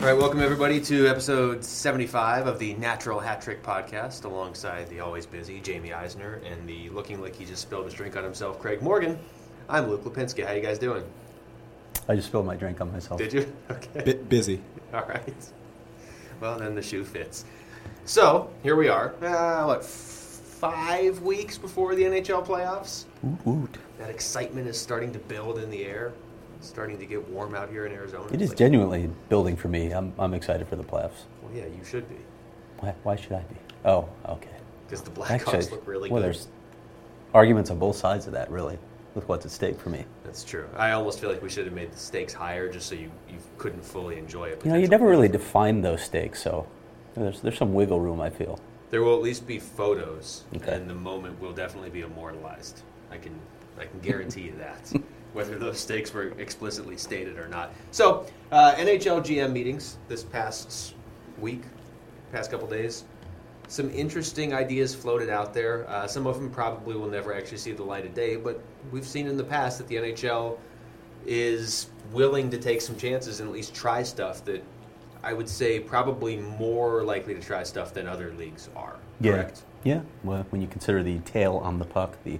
All right, welcome everybody to episode 75 of the Natural Hat Trick Podcast, alongside the always busy Jamie Eisner and the looking like he just spilled his drink on himself, Craig Morgan. I'm Luke Lipinski. How you guys doing? I just spilled my drink on myself. Did you? Okay. Bit busy. All right. Well, then the shoe fits. So here we are. Uh, what? f- Five weeks before the NHL playoffs. Oot, oot. That excitement is starting to build in the air. It's starting to get warm out here in Arizona. It is Like, genuinely building for me. I'm, I'm excited for the playoffs. Well, yeah, you should be Why, why should I be? Oh, okay. because the Blackhawks look really well, good. there's arguments on both sides of that, really, with what's at stake for me. That's true. I almost feel like we should have made the stakes higher just so you, you couldn't fully enjoy it. You know, you never really define those stakes, so there's, there's some wiggle room, I feel. There will at least be photos, Okay. and the moment will definitely be immortalized. I can I can guarantee you that, whether those stakes were explicitly stated or not. So uh, NHL GM meetings this past week, past couple days, some interesting ideas floated out there. Uh, some of them probably will never actually see the light of day, but we've seen in the past that the NHL is willing to take some chances and at least try stuff that I would say probably more likely to try stuff than other leagues are. Correct. Yeah. Well, when you consider the tail on the puck, the,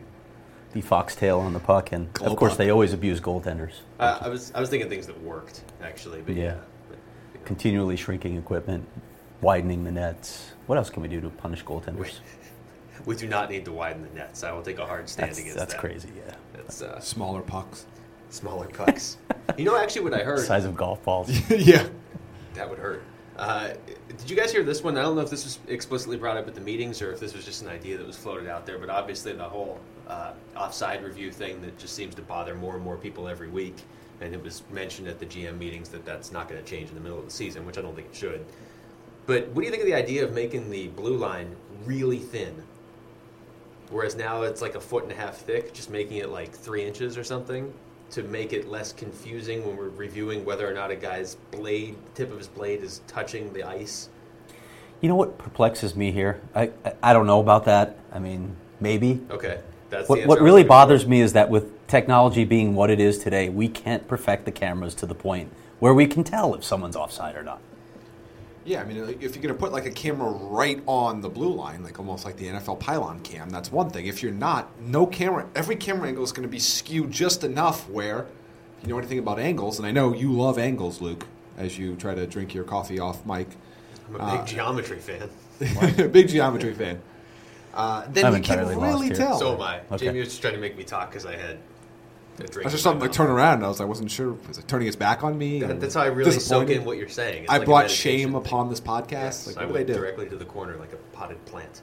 the fox tail on the puck, and Goal of course, puck. they always abuse goaltenders. Uh, I was I was thinking things that worked actually, but yeah. Yeah. but, you know. Continually shrinking equipment, widening the nets. What else can we do to punish goaltenders? We do not need to widen the nets. I will take a hard stand That's, against that's that. crazy, yeah. That's uh, Smaller pucks. smaller pucks. you know, actually, what I heard Size of golf balls. yeah. that would hurt. Uh, did you guys hear this one? I don't know if this was explicitly brought up at the meetings or if this was just an idea that was floated out there, but obviously the whole uh, offside review thing that just seems to bother more and more people every week. And it was mentioned at the GM meetings that that's not going to change in the middle of the season, which I don't think it should. But what do you think of the idea of making the blue line really thin? Whereas now it's like a foot and a half thick, just making it like three inches or something to make it less confusing when we're reviewing whether or not a guy's blade, tip of his blade, is touching the ice. You know what perplexes me here? I, I, I don't know about that. I mean, maybe. Okay, that's the What, answer what I'm really looking for. bothers me is that with technology being what it is today, we can't perfect the cameras to the point where we can tell if someone's offside or not. Yeah, I mean, like, if you're going to put like a camera right on the blue line, like almost like the NFL pylon cam, that's one thing. If you're not, no camera, every camera angle is going to be skewed just enough where, if you know anything about angles, and I know you love angles, Luke, as you try to drink your coffee off mic, I'm a Ah. big geometry fan. big geometry fan, uh, then I'm you can entirely lost really here. tell. So am I. Oh, Okay. Jamie was just trying to make me talk because I had a drink. I in was just my something like mouth. turn around, and I was, I wasn't sure, was it turning his back on me? That- or that's how I really soak disappointed? in what you're saying. It's I like a brought meditation shame thing. upon this podcast. Yes, like, I what do went they do? directly to the corner like a potted plant.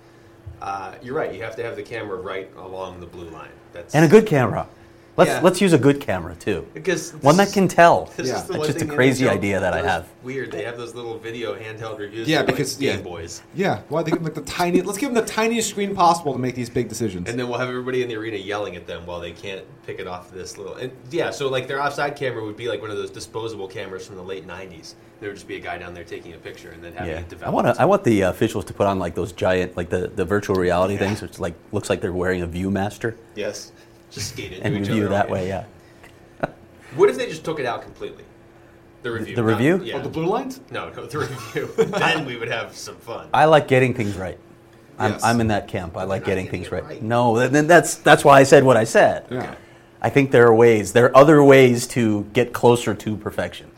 Uh, you're right. You have to have the camera right along the blue line. That's And a good camera. Let's, Yeah. let's use a good camera, too. because this One that is- can tell. This Yeah. is the That's one just thing a the crazy NHL idea that I does have. Weird. They have those little video handheld reviews. Yeah, that are because- like Game yeah. Boys. Yeah, well, I think like the tiny. Let's give them the tiniest screen possible to make these big decisions. And then we'll have everybody in the arena yelling at them while they can't pick it off this little. And yeah, so like their offside camera would be like one of those disposable cameras from the late '90s. There would just be a guy down there taking a picture and then having Yeah. it developed. I, wanna, I want the uh, officials to put on like those giant, like the, the virtual reality things, which like, looks like they're wearing a Viewmaster yes, just skate it and to each review other. that way, yeah. What if they just took it out completely? The review. the not- review? Yeah. Oh, the blue lines. no, no, the review. then we would have some fun. I like getting things right. I'm, Yes. I'm in that camp. I you're like not getting things getting right. it right. No, th- then that's that's why I said what I said. Yeah. Okay. I think there are ways. There are other ways to get closer to perfection.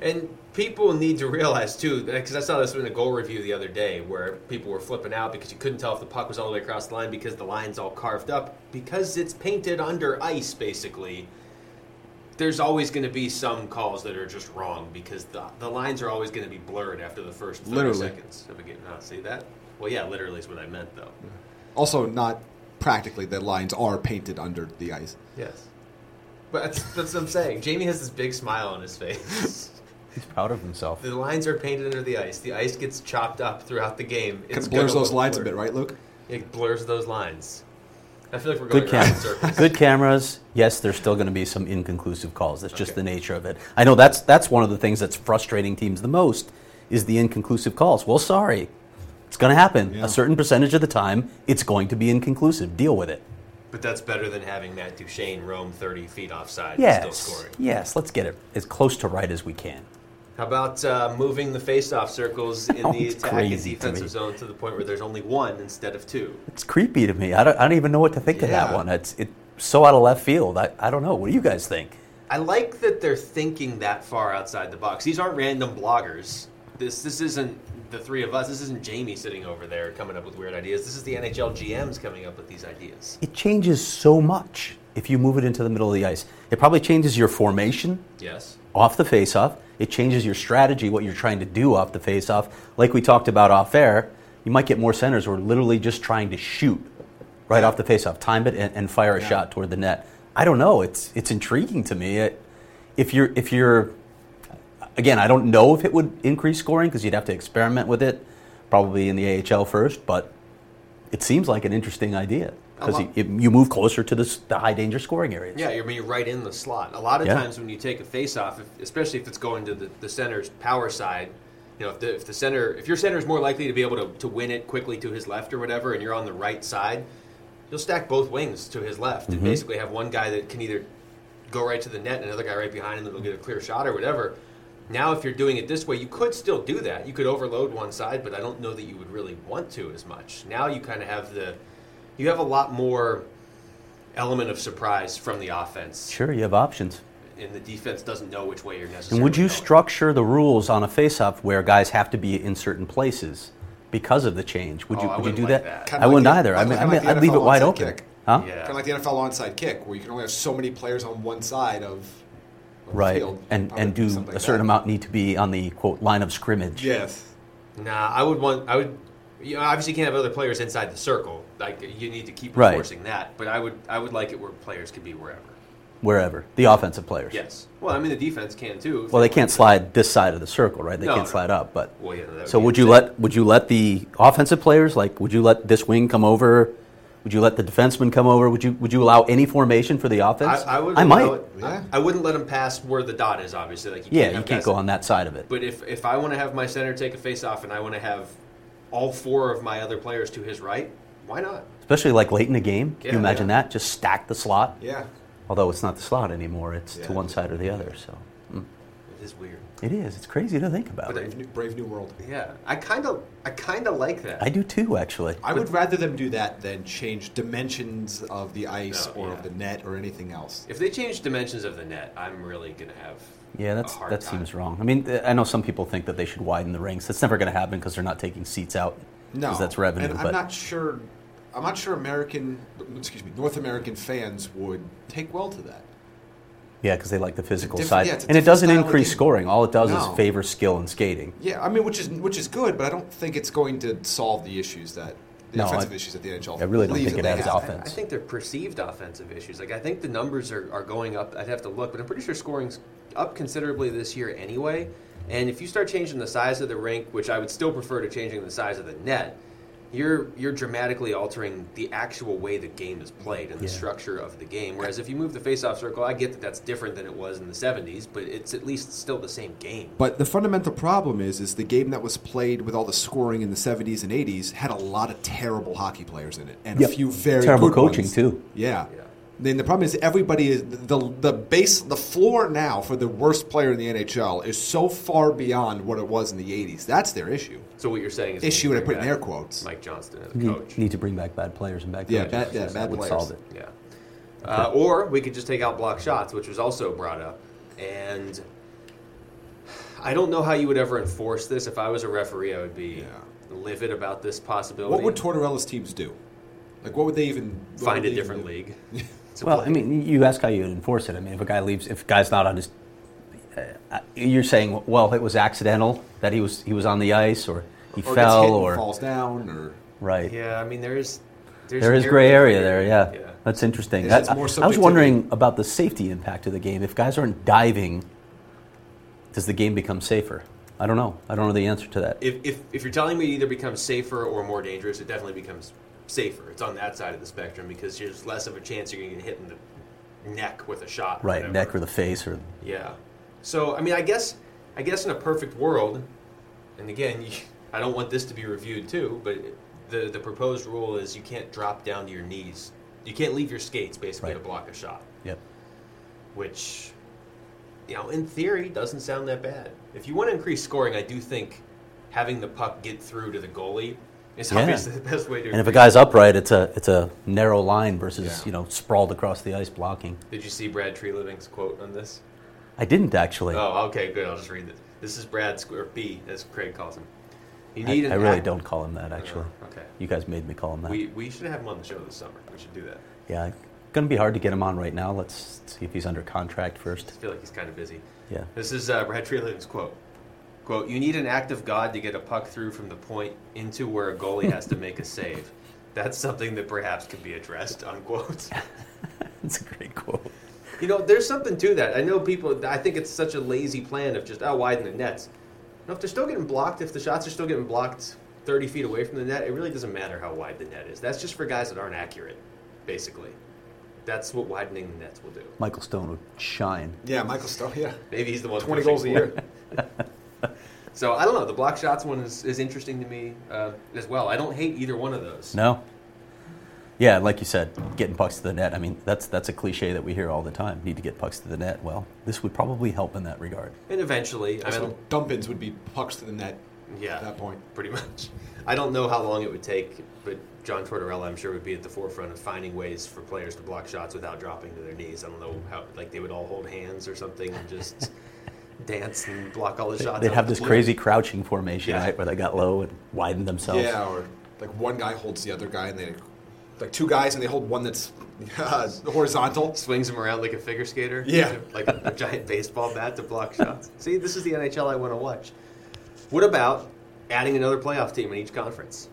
And people need to realize too, because I saw this in a goal review the other day where people were flipping out because you couldn't tell if the puck was all the way across the line because the line's all carved up because it's painted under ice basically. There's always going to be some calls that are just wrong because the, the lines are always going to be blurred after the first 30 Literally. seconds of a game. Huh, see that? Well, yeah, literally is what I meant though. Also, not practically. The lines are painted under the ice. Yes. But that's, that's what I'm saying. Jamie has this big smile on his face. He's proud of himself. The lines are painted under the ice. The ice gets chopped up throughout the game. Kind of gonna blurs those look lines a blurred. bit, right, Luke? It blurs those lines. I feel like we're going Good around in cameras. circles. Good cameras. Yes, there's still going to be some inconclusive calls. That's just Okay. the nature of it. I know that's that's one of the things that's frustrating teams the most is the inconclusive calls. Well, sorry. It's going to happen. Yeah. A certain percentage of the time, it's going to be inconclusive. Deal with it. But that's better than having Matt Duchene roam 30 feet offside and Yes. still scoring. Yes, let's get it as close to right as we can. How about uh, moving the face-off circles in the Sounds attack and crazy to defensive me. zone to the point where there's only one instead of two? It's creepy to me. I don't, I don't even know what to think of that Yeah. one. It's it, so out of left field. I, I don't know. What do you guys think? I like that they're thinking that far outside the box. These aren't random bloggers. This this isn't the three of us. This isn't Jamie sitting over there coming up with weird ideas. This is the NHL GMs coming up with these ideas. It changes so much if you move it into the middle of the ice. It probably changes your formation Yes. off the faceoff. It changes your strategy, what you're trying to do off the faceoff. Like we talked about off air, you might get more centers who are literally just trying to shoot right off the faceoff, time it, and, and fire a shot toward the net. I don't know. It's it's intriguing to me. It, if you're if you're again, I don't know if it would increase scoring because you'd have to experiment with it, probably in the AHL first. But it seems like an interesting idea because lot- you, you move closer to the, s- the high danger scoring areas. Yeah, you're, I mean, you're right in the slot. A lot of Yeah. times when you take a face-off, if, especially if it's going to the, the center's power side, you know, if the, if the center, if your center is more likely to be able to, to win it quickly to his left or whatever, and you're on the right side, you'll stack both wings to his left and basically have one guy that can either go right to the net and another guy right behind him that'll get a clear shot or whatever. Now, if you're doing it this way, you could still do that. You could overload one side, but I don't know that you would really want to as much. Now you kind of have the, you have a lot more element of surprise from the offense Sure, you have options. and the defense doesn't know which way you're necessarily. And would you going. structure the rules on a face-off where guys have to be in certain places because of the change? Would Oh, you I would you wouldn't do like that? that. I Kinda like wouldn't the- either. I mean, kinda I mean, like the I'd leave it NFL wide onside open. kick. Huh? Yeah. Kind of like the NFL onside kick, where you can only have so many players on one side of of the Right. field. And Probably and do something like a certain that. amount need to be on the quote line of scrimmage. Yes. Nah, I would want. I would. You know, obviously, you can't have other players inside the circle. Like you need to keep Right. enforcing that. But I would. I would like it where players could be wherever. Wherever. The offensive players. Yes. Well, I mean, the defense can too. if Well, they want can't to. slide this side of the circle, right? They No, can't no. slide up, but Well, yeah. that So be would you insane. let would you let the offensive players like would you let this wing come over? Would you let the defenseman come over? Would you would you allow any formation for the offense? I, I would. I allow might. it- Yeah. I wouldn't let them pass where the dot is. Obviously, like you Yeah, can't you have can't guys- go on that side of it. But if if I want to have my center take a face off and I want to have all four of my other players to his right, why not? especially like late in the game. Can you Yeah, imagine yeah. that? Just stack the slot. Yeah. Although it's not the slot anymore; it's Yeah. to one side or the other. So It is weird. it is. It's crazy to think about. But Brave new, Brave New World. Yeah, I kind of I kind of like that. I do too, actually. I would rather them do that than change dimensions of the ice No, or yeah. of the net or anything else. If they change dimensions of the net, I'm really gonna have. yeah, that's a hard that time. seems wrong. I mean, th- I know some people think that they should widen the rings. That's never going to happen because they're not taking seats out. No, because that's revenue. And but I'm not sure. I'm not sure American, excuse me, North American fans would take well to that. yeah, because they like the physical side, different- yeah, it's a and it different doesn't style of increase game. scoring. All it does No. is favor skill and skating. Yeah, I mean, which is which is good, but I don't think it's going to solve the issues that the No, offensive I- issues that the NHL. I really don't believes think that it they adds have. offense. I think they're perceived offensive issues. Like I think the numbers are, are going up. I'd have to look, but I'm pretty sure scoring's up considerably this year anyway. And if you start changing the size of the rink, which I would still prefer to changing the size of the net, you're you're dramatically altering the actual way the game is played and the Yeah. structure of the game. Whereas if you move the faceoff circle, I get that that's different than it was in the 70s, but it's at least still the same game. But the fundamental problem is, is the game that was played with all the scoring in the '70s and '80s had a lot of terrible hockey players in it, and Yep. a few very Terrible good coaching, ones. too. Yeah. Yeah. Then the problem is everybody is the the base the floor now for the worst player in the NHL is so far beyond what it was in the '80s. That's their issue. So what you're saying is Issue, and I and put in air quotes. Mike Johnston as a You coach. need to bring back bad players and bad Yeah, coaches. bad- yeah, that bad would players. solve it. Yeah. Uh, or we could just take out block shots, which was also brought up. And I don't know how you would ever enforce this. If I was a referee, I would be Yeah. livid about this possibility. What would Tortorella's teams do? Like, what would they even what find would a they different even- league? to Well, play. I mean, you ask how you enforce it. I mean, if a guy leaves, if a guy's not on his, uh, you're saying, well, it was accidental that he was he was on the ice or he Or gets fell hit and or falls down or right. yeah, I mean, there is there's There is gray area there. Yeah, that's interesting. It's- That- it's more I was subjectivity. wondering about the safety impact of the game. If guys aren't diving, does the game become safer? I don't know. I don't know the answer to that. If, if, if you're telling me it either becomes safer or more dangerous, it definitely becomes safer. It's on that side of the spectrum because there's less of a chance you're going to get hit in the neck with a shot. right, whatever. neck or the face or Yeah. So I mean, I guess, I guess in a perfect world, and again, you, I don't want this to be reviewed too, but the the proposed rule is you can't drop down to your knees. You can't leave your skates basically Right. to block a shot, yep. which you know, in theory, doesn't sound that bad. If you want to increase scoring, I do think having the puck get through to the goalie is Yeah. obviously the best way to. And if a increase- guy's upright, it's a it's a narrow line versus Yeah. you know sprawled across the ice blocking. Did you see Brad Treeliving's quote on this? I didn't actually. Oh, okay, good. I'll just read this. This is Brad Squ- or B, as Craig calls him. You I, need an I really act- don't call him that actually. Uh, Okay. You guys made me call him that. We, we should have him on the show this summer. We should do that. yeah, going to be hard to get him on right now. Let's see if he's under contract I first. feel like he's kind of busy. Yeah. This is uh, Brad Treeling's quote. Quote, you need an act of God to get a puck through from the point into where a goalie has to make a save. That's something that perhaps could be addressed, unquote. That's a great quote. You know, there's something to that. I know people, I think it's such a lazy plan of just, oh, widen the nets. No, if they're still getting blocked, if the shots are still getting blocked 30 feet away from the net, it really doesn't matter how wide the net is. That's just for guys that aren't accurate, basically. That's what widening the nets will do. Michael Stone would shine. Yeah, Michael Stowe. Yeah, Maybe he's the one. twenty pushing goals a for year. it. So I don't know. The block shots one is, is interesting to me uh, as well. I don't hate either one of those. No. Yeah, like you said, getting pucks to the net. I mean, that's that's a cliche that we hear all the time. Need to get pucks to the net. Well, this would probably help in that regard. And eventually, I So mean, dump-ins would be pucks to the net yeah, at that point. pretty much. I don't know how long it would take, but John Tortorella, I'm sure, would be at the forefront of finding ways for players to block shots without dropping to their knees. I don't know how, like, they would all hold hands or something and just dance and block all the shots. They'd out have of the this blue. crazy crouching formation, Yeah. right, where they got low and widened themselves. Yeah, or like one guy holds the other guy, and they like two guys, and they hold one that's horizontal. swings him around like a figure skater. Yeah. Like a, a giant baseball bat to block shots. See, this is the NHL I want to watch. What about adding another playoff team in each conference?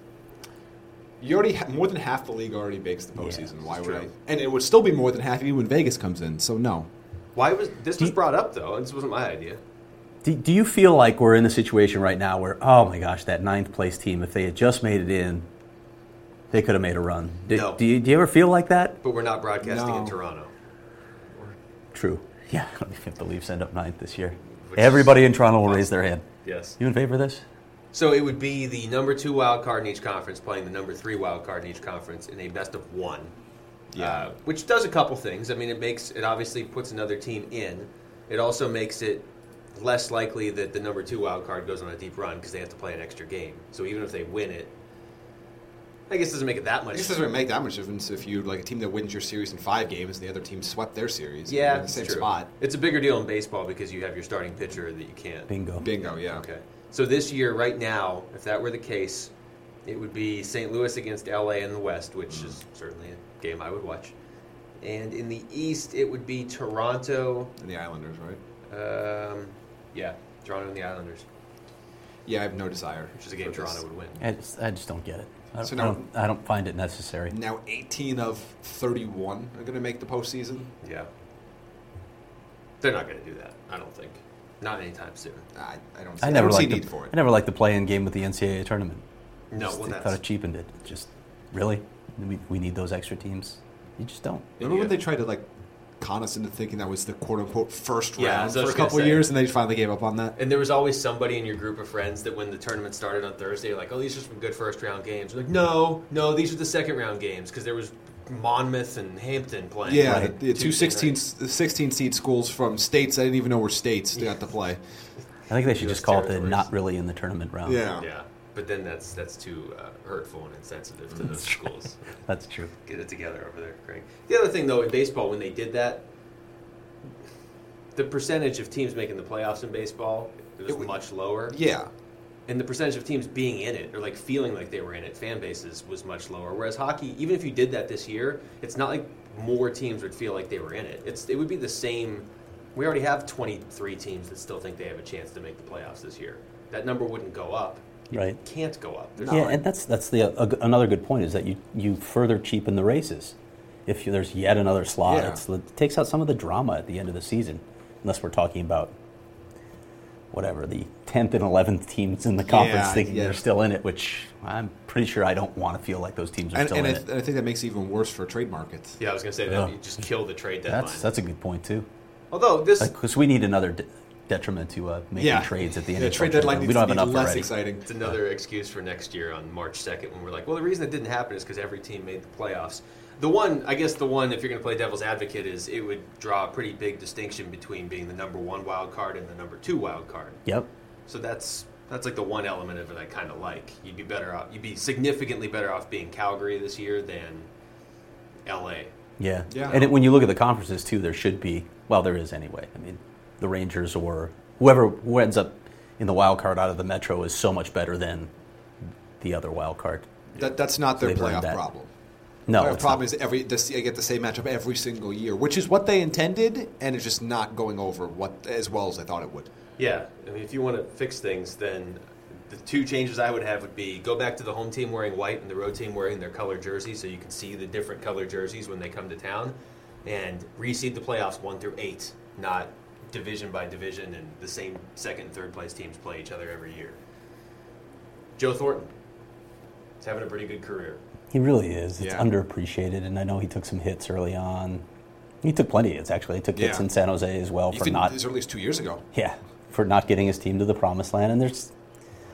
You already ha- more than half the league already makes the postseason. Why it's would I? true. And it would still be more than half even when Vegas comes in. So no, Why was this was you- brought up though? and This wasn't my idea. Do, do you feel like we're in the situation right now where, oh my gosh, that ninth place team, if they had just made it in, they could have made a run? Do, No. do, you, do you ever feel like that? But we're not broadcasting in No. Toronto. True. Yeah, I don't think if the Leafs end up ninth this year. Which is- Everybody in Toronto will raise their hand. Yes. You in favor of this? So it would be the number two wild card in each conference playing the number three wild card in each conference in a best of one. Yeah. Uh, which does a couple things. I mean, it makes it obviously puts another team in. It also makes it less likely that the number two wild card goes on a deep run because they have to play an extra game. So even if they win it, I guess it doesn't make it that I much. guess it doesn't make that much difference if you like a team that wins your series in five games, and the other team swept their series. and yeah, you're in the it's same true. spot. It's a bigger deal in baseball because you have your starting pitcher that you can't. Bingo. Bingo. Yeah. Um, Okay. So this year, right now, if that were the case, it would be St. Louis against LA in the West, which is certainly a game I would watch. And in the East, it would be Toronto. And the Islanders, right? Um, yeah, Toronto and the Islanders, Yeah, I have no desire. which is a game for this. Toronto would win. I just, I just don't get it. I don't, So I now- don't, I don't find it necessary. Now 18 of 31 are going to make the postseason. Yeah. They're not going to do that, I don't think. Not anytime soon. I, I don't. See, I I never don't see liked need the, for it. I never liked the play-in game with the NCAA tournament. No, Just well, thought it that's. cheapened it. Just really, we, we need those extra teams. You just don't. Remember when Yeah. they tried to like con us into thinking that was the quote unquote first Yeah, round so I for was a gonna couple say. years, and they finally gave up on that. And there was always somebody in your group of friends that when the tournament started on Thursday, like, oh, these are some good first round games. We're like, no, no, these are the second round games because there was Monmouth and Hampton playing. Yeah, Right. the, the two Tuesday 16, night. 16 seed schools from states I didn't even know were states that got to play. I think they should US just call it the territories. not really in the tournament round. Yeah. Yeah, but then that's that's too uh, hurtful and insensitive to those schools. That's true. Get it together over there, Craig. The other thing though, in baseball, when they did that, the percentage of teams making the playoffs in baseball it was It was- much lower. Yeah. and the percentage of teams being in it or like feeling like they were in it, fan bases was much lower. Whereas hockey, even if you did that this year, it's not like more teams would feel like they were in it. It's it would be the same. We already have 23 teams that still think they have a chance to make the playoffs this year. That number wouldn't go up. It Right. Can't go up. There's yeah, not- and that's that's the uh, ag- another good point is that you you further cheapen the races. If you, there's yet another slot, Yeah. it's, it takes out some of the drama at the end of the season, unless we're talking about whatever the tenth and eleventh teams in the conference Yeah, thinking yeah. they're still in it. Which I'm pretty sure I don't want to feel like those teams are And, still and, I, in th- it. and I think that makes it even worse for trade markets. yeah, I was gonna say that Yeah. you just kill the trade deadline. That's that's a good point too, Although this, because we need another de- detriment to uh, making Yeah. trades at the The end. of trade deadline we needs don't have to be enough less already. exciting. It's another excuse for next year on March 2nd when we're like, well, the reason it didn't happen is because every team made the playoffs. The one, I guess, the one, if you're going to play devil's advocate, is it would draw a pretty big distinction between being the number one wild card and the number two wild card. Yep. So that's that's like the one element of it I kind of like. You'd be better off. You'd be significantly better off being Calgary this year than L.A. Yeah. Yeah. And it, when you look at the conferences too, there should be well, there is anyway. I mean, the Rangers or whoever who ends up in the wild card out of the Metro is so much better than the other wild card. That, that's not their They've learned playoff that. problem. No, Their it's problem not. is every this, I get the same matchup every single year, which is what they intended, and it's just not going over what as well as I thought it would. Yeah, I mean, if you want to fix things, then the two changes I would have would be go back to the home team wearing white and the road team wearing their color jerseys, so you can see the different color jerseys when they come to town, and reseed the playoffs one through eight, not division by division, and the same second and third place teams play each other every year. Joe Thornton is having a pretty good career. He really is. It's Yeah. underappreciated, and I know he took some hits early on. He took plenty of hits actually. He took hits Yeah. in San Jose as well for Even not as early as two years ago. yeah for not getting his team to the promised land. And there's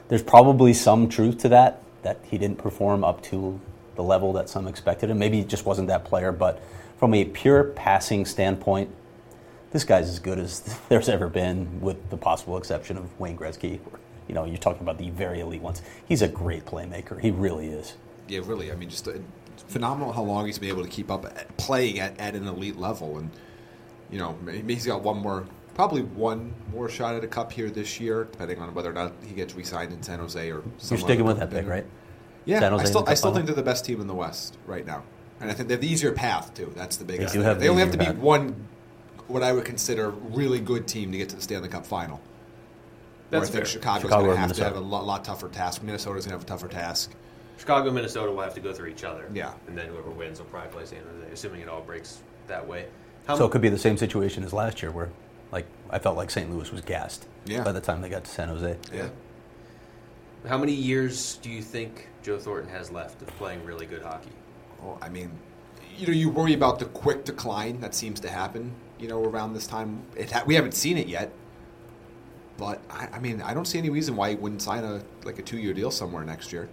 there's probably some truth to that that he didn't perform up to the level that some expected him. Maybe he just wasn't that player. But from a pure passing standpoint, this guy's as good as there's ever been, with the possible exception of Wayne Gretzky. You know, you're talking about the very elite ones. He's a great playmaker. He really is. Yeah, really. I mean, just uh, phenomenal how long he's been able to keep up at, playing at, at an elite level, and you know, maybe he's got one more, probably one more shot at a cup here this year, depending on whether or not he gets re-signed in San Jose or. You're sticking with that pick, right? Yeah, San Jose I in still, the I cup still final? think they're the best team in the West right now, and I think they have the easier path too. That's the biggest. do thing. have they the only have to easier beat path. one, what I would consider really good team to get to the Stanley Cup final. Where That's I think fair. Chicago's Chicago going or to have to have a Minnesota. lot, lot tougher task. Minnesota's going to have a tougher task. Chicago and Minnesota will have to go through each other. Yeah. And then whoever wins will probably play San Jose, assuming it all breaks that way. How So it could be the same situation as last year, where like I felt like St. Louis was gassed Yeah. by the time they got to San Jose. Yeah. How many years do you think Joe Thornton has left of playing really good hockey? Well, I mean, you know, you worry about the quick decline that seems to happen. You know, around this time, it ha- we haven't seen it yet. But I, I mean, I don't see any reason why he wouldn't sign a like a two-year deal somewhere next year.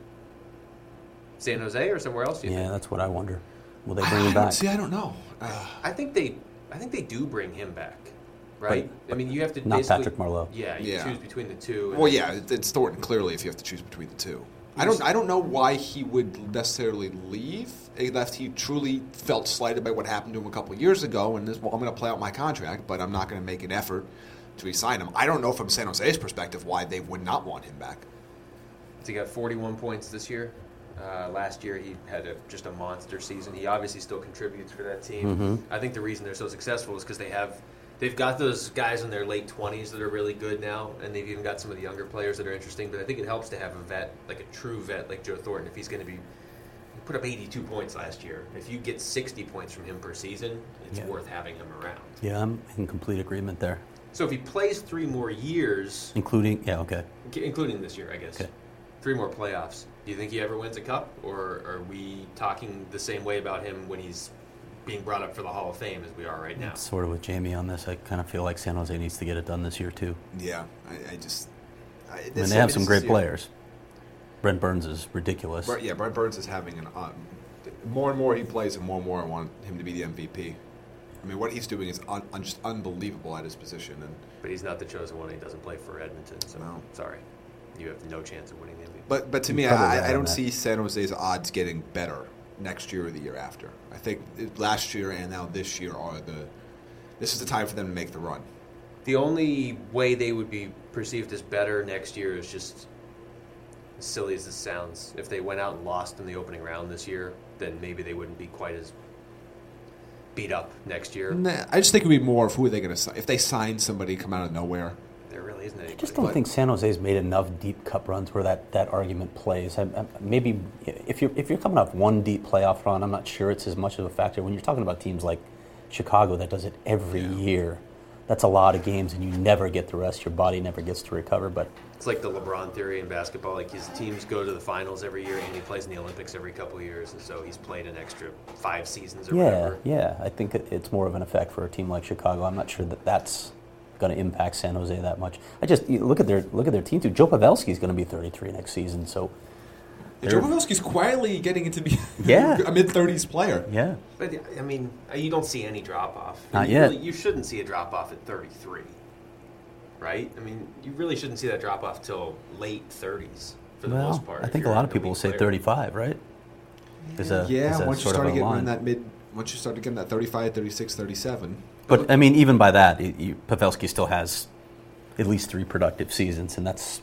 San Jose or somewhere else? Do you Yeah, think? that's what I wonder. Will they I- bring I him don't- back? See, I don't know. Uh, I think they, I think they do bring him back, right? But- I mean, you have to not basically- Patrick Marleau. Yeah, you Yeah. choose between the two. and- Well, yeah, it- it's Thornton clearly. If you have to choose between the two, I don't. I don't know why he would necessarily leave. He left. He truly felt slighted by what happened to him a couple years ago, and this. Well, I'm going to play out my contract, but I'm not going to make an effort to resign him. I don't know from San Jose's perspective why they would not want him back. He got 41 points this year. Uh, last year, he had a, just a monster season. He obviously still contributes for that team. I think the reason they're so successful is because they have, they've got those guys in their late 20s that are really good now, and they've even got some of the younger players that are interesting. But I think it helps to have a vet, like a true vet, like Joe Thornton, if he's going to be. he Put up 82 points last year. If you get 60 points from him per season, it's Yeah. worth having him around. Yeah, I'm in complete agreement there. So if he plays three more years, Including, yeah, okay. K- including this year, I guess. Okay. Three more playoffs. Do you think he ever wins a cup, or are we talking the same way about him when he's being brought up for the Hall of Fame as we are right now? Sort of with Jamie on this, I kind of feel like San Jose needs to get it done this year too. Yeah, I, I just. I, I mean, this- they have this some is- great yeah. players. Brent Burns is ridiculous. Brett- yeah, Brett Burns is having an. Um, more and more he plays, and more and more I want him to be the MVP. I mean, what he's doing is un, un, just unbelievable at his position, and. But he's not the chosen one. He doesn't play for Edmonton, so No. sorry, you have no chance of winning the MVP. But but to me, You're probably I, right I on don't that. see San Jose's odds getting better next year or the year after. I think it- last year and now this year are the. This is the time for them to make the run. the only way they would be perceived as better next year is just as silly as this sounds. If they went out and lost in the opening round this year, then maybe they wouldn't be quite as beat up next year. Mm. Nah, I just think it would be more of who are they going to sign. If they sign somebody come out of nowhere, There really isn't any. I just don't But- think San Jose's made enough deep cup runs where that, that argument plays. I, I, maybe if you're if you're coming off one deep playoff run, I'm not sure it's as much of a factor. When you're talking about teams like Chicago that does it every year, that's a lot of games, and you never get the rest. Your body never gets to recover. But It's like the LeBron theory in basketball. Like his teams go to the finals every year, and he plays in the Olympics every couple of years, and so he's played an extra five seasons or yeah, whatever. yeah, I think it- it's more of an effect for a team like Chicago. I'm not sure that that's going to impact San Jose that much. I just you look at their look at their team too. Joe Pavelski is going to be 33 next season, so Yeah, They're- Joe Pavelski's quietly getting into be Yeah. a mid thirties player. Yeah. But I mean, you don't see any drop off. Not you yet. Really, you shouldn't see a drop off at 33, right? I mean, you really shouldn't see that drop off till late 30s for the Well, most part. I if think a you're lot of an people will elite say player. 35, right? Is a- is Yeah, a once you sort of started a getting line. in that mid, once you started getting that 35, 36, 37. But I mean, even by that, it, you, Pavelski still has at least three productive seasons, and that's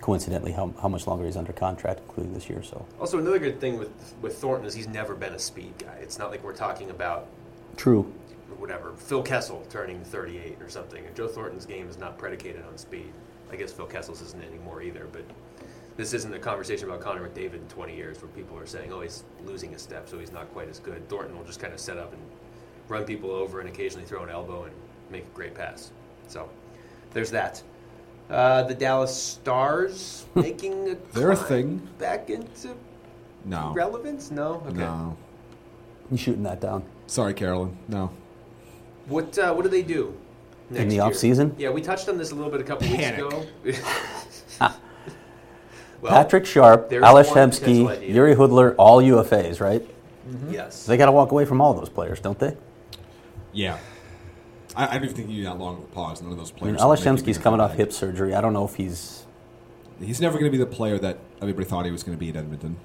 coincidentally how, how much longer he's under contract, including this year. So Also, another good thing with with Thornton is he's never been a speed guy. It's not like we're talking about true. whatever Phil Kessel turning 38 or something. Joe Thornton's game is not predicated on speed. I guess Phil Kessel's isn't anymore either. But this isn't a conversation about Connor McDavid in 20 years where people are saying, "Oh, he's losing a step, so he's not quite as good." Thornton will just kind of set up and run people over and occasionally throw an elbow and make a great pass. So there's that. Uh, the Dallas Stars making a They're a climb thing. back into No, relevance? No. Okay. no. You shooting that down? Sorry, Carolyn. No. What uh, What do they do next the year? offseason? Yeah, we touched on this a little bit a couple Panic. weeks ago. well, Ah. Patrick Sharp, there's Alish one potential Hemsky, idea. Yuri Hudler, all UFAs, right? Yes. They got to walk away from all those players, don't they? Yeah. I, I don't even think you need that long of a pause. None of those I mean, players. Alish are making Hemsky's it coming off back. hip surgery. I don't know if he's. He's never going to be the player that everybody thought he was going to be at Edmonton.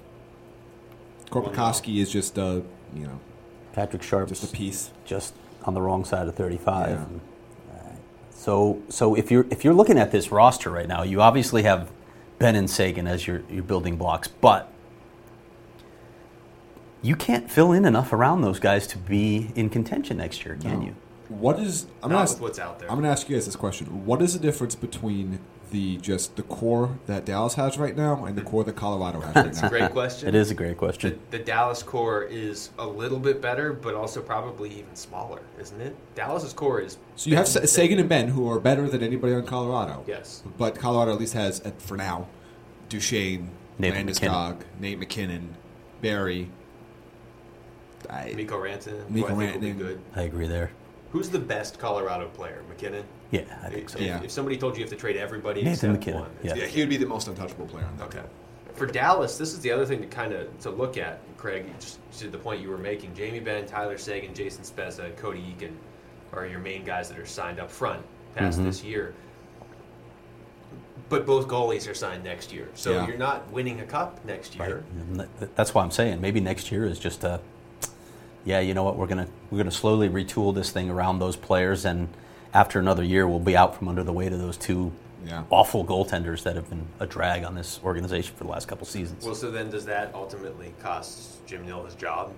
Korpikoski is just a you know Patrick Sharp's just a piece. just on the wrong side of 35. Yeah. And, uh, So, so if you're if you're looking at this roster right now, you obviously have Ben and Sagan as your, your building blocks, but you can't fill in enough around those guys to be in contention next year, can you? What is? I'm Not gonna with ask, what's out there. I'm going to ask you guys this question: What is the difference between the just the core that Dallas has right now and the core that Colorado has right now? Great question. It is a great The, question. the Dallas core is a little bit better, but also probably even smaller, isn't it? Dallas's core is. So you have Sa- Sagan and Ben, who are better than anybody on Colorado. Yes. But Colorado at least has, at- for now, Duchesne, Nate Landeskog, Nate McKinnon, Barry. I, Miko Rantanen. Mikko who I think will be Rantanen. good. I agree there. Who's the best Colorado player? McKinnon. Yeah, I think so. If, Yeah. if somebody told you you have to trade everybody Nathan except McKinnon, one, yeah. yeah, he would be the most untouchable player on that. Okay. For Dallas, this is the other thing to kind of to look at, Craig. Just to the point you were making, Jamie Benn, Tyler Sagan, Jason Spezza, Cody Eakin are your main guys that are signed up front past this year. But both goalies are signed next year, so Yeah. you're not winning a cup next year. And th- th- That's why I'm saying maybe next year is just a, yeah, you know what? We're gonna we're gonna slowly retool this thing around those players, and after another year, we'll be out from under the weight of those two Yeah. awful goaltenders that have been a drag on this organization for the last couple seasons. Well, so then does that ultimately cost Jim Neal his job?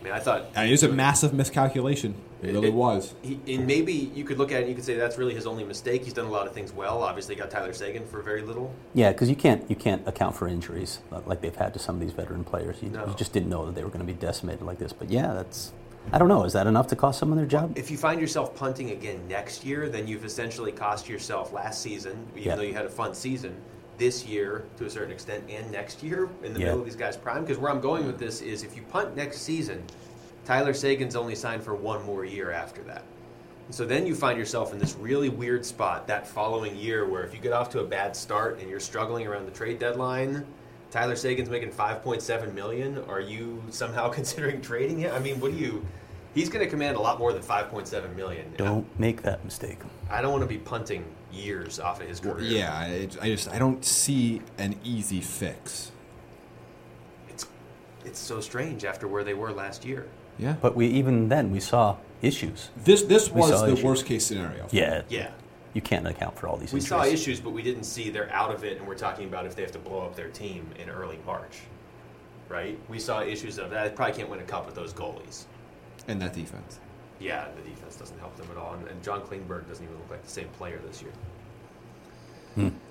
I mean, I thought Uh, It was a massive miscalculation. It really was. He, and maybe you could look at it and you could say that's really his only mistake. He's done a lot of things well. Obviously, got Tyler Sagan for very little. yeah, because you can't you can't account for injuries uh, like they've had to some of these veteran players. You, No. you just didn't know that they were going to be decimated like this. But yeah, that's I don't know. Is that enough to cost someone their job? if you find yourself punting again next year, then you've essentially cost yourself last season, even Yeah. though you had a fun season, this year to a certain extent, and next year in the Yeah. middle of these guys' prime. Because where I'm going with this is if you punt next season, Tyler Sagan's only signed for one more year after that. And so then you find yourself in this really weird spot that following year where if you get off to a bad start and you're struggling around the trade deadline, Tyler Sagan's making 5.7 million. Are you somehow considering trading him? I mean, what do you He's going to command a lot more than 5.7 million. And I- Don't make that mistake. I don't want to be punting years off of his career. Yeah, I, I just I don't see an easy fix. It's it's so strange after where they were last year. Yeah. But we even then we saw issues. This this We was saw the issues. worst case scenario. Yeah, Yeah. You can't account for all these. We injuries. saw issues, but we didn't see they're out of it, and we're talking about if they have to blow up their team in early March, right? We saw issues of that. Probably can't win a cup with those goalies. And that defense. Yeah, the defense doesn't help them at all, and, and John Klingberg doesn't even look like the same player this year.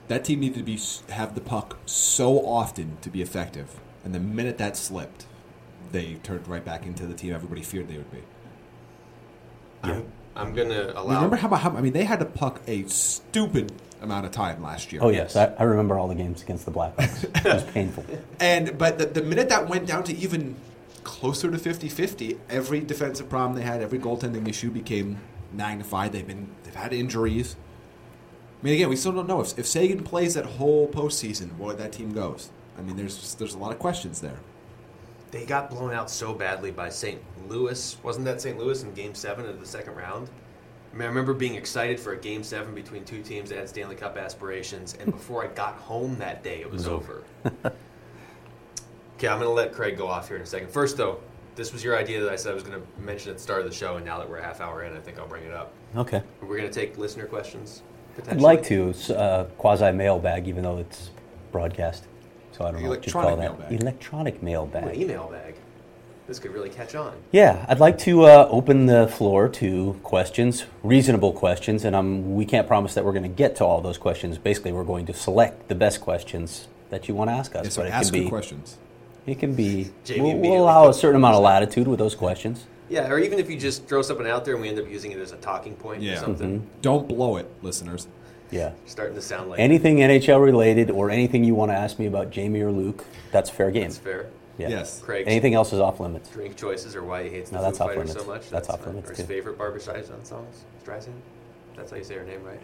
That team needed to be s- have the puck so often to be effective, and the minute that slipped, they turned right back into the team everybody feared they would be. I'm, I'm gonna allow. Remember how, mu- how I mean they had to puck a stupid amount of time last year. Oh yes, I, I remember all the games against the Blackhawks. it was painful. And but the, the minute that went down to even closer to 50-50, every defensive problem they had, every goaltending issue became magnified. They've been they've had injuries. I mean, again, we still don't know if, if Sagan plays that whole postseason, where that team goes. I mean, there's just, there's a lot of questions there. They got blown out so badly by St. Louis. Wasn't that St. Louis in Game Seven of the second round? I mean, I remember being excited for a Game Seven between two teams that had Stanley Cup aspirations, and before I got home that day, it was over. okay, I'm going to let Craig go off here in a second. First, though, this was your idea that I said I was going to mention at the start of the show, and now that we're a half hour in, I think I'll bring it up. Okay. We're going to take listener questions. I'd like to s- uh, quasi mailbag, even though it's broadcast. So I don't know what you call Electronic that. mailbag. Electronic Ooh, mailbag. an email bag. This could really catch on. Yeah, I'd like to uh, open the floor to questions, reasonable questions, and um, we can't promise that we're going to get to all those questions. Basically, we're going to select the best questions that you want to ask us. Yeah, so but it ask can your be, questions. it can be. JB We'll, immediately we'll allow a goes, certain amount of latitude with those questions. Yeah, or even if you just throw something out there and we end up using it as a talking point or Yeah. Mm-hmm. something, Don't blow it, listeners. Yeah. starting to sound like Anything NHL related or anything you want to ask me about Jamie or Luke, that's fair game. it's fair. Yeah. Yes. Craig's Anything else is off limits. drink choices or why he hates the No, Foo that's off Fighters so limits. much. That's off fine. limits, Or too. his favorite Barbara Streisand songs, Streisand. That's how you say her name, right?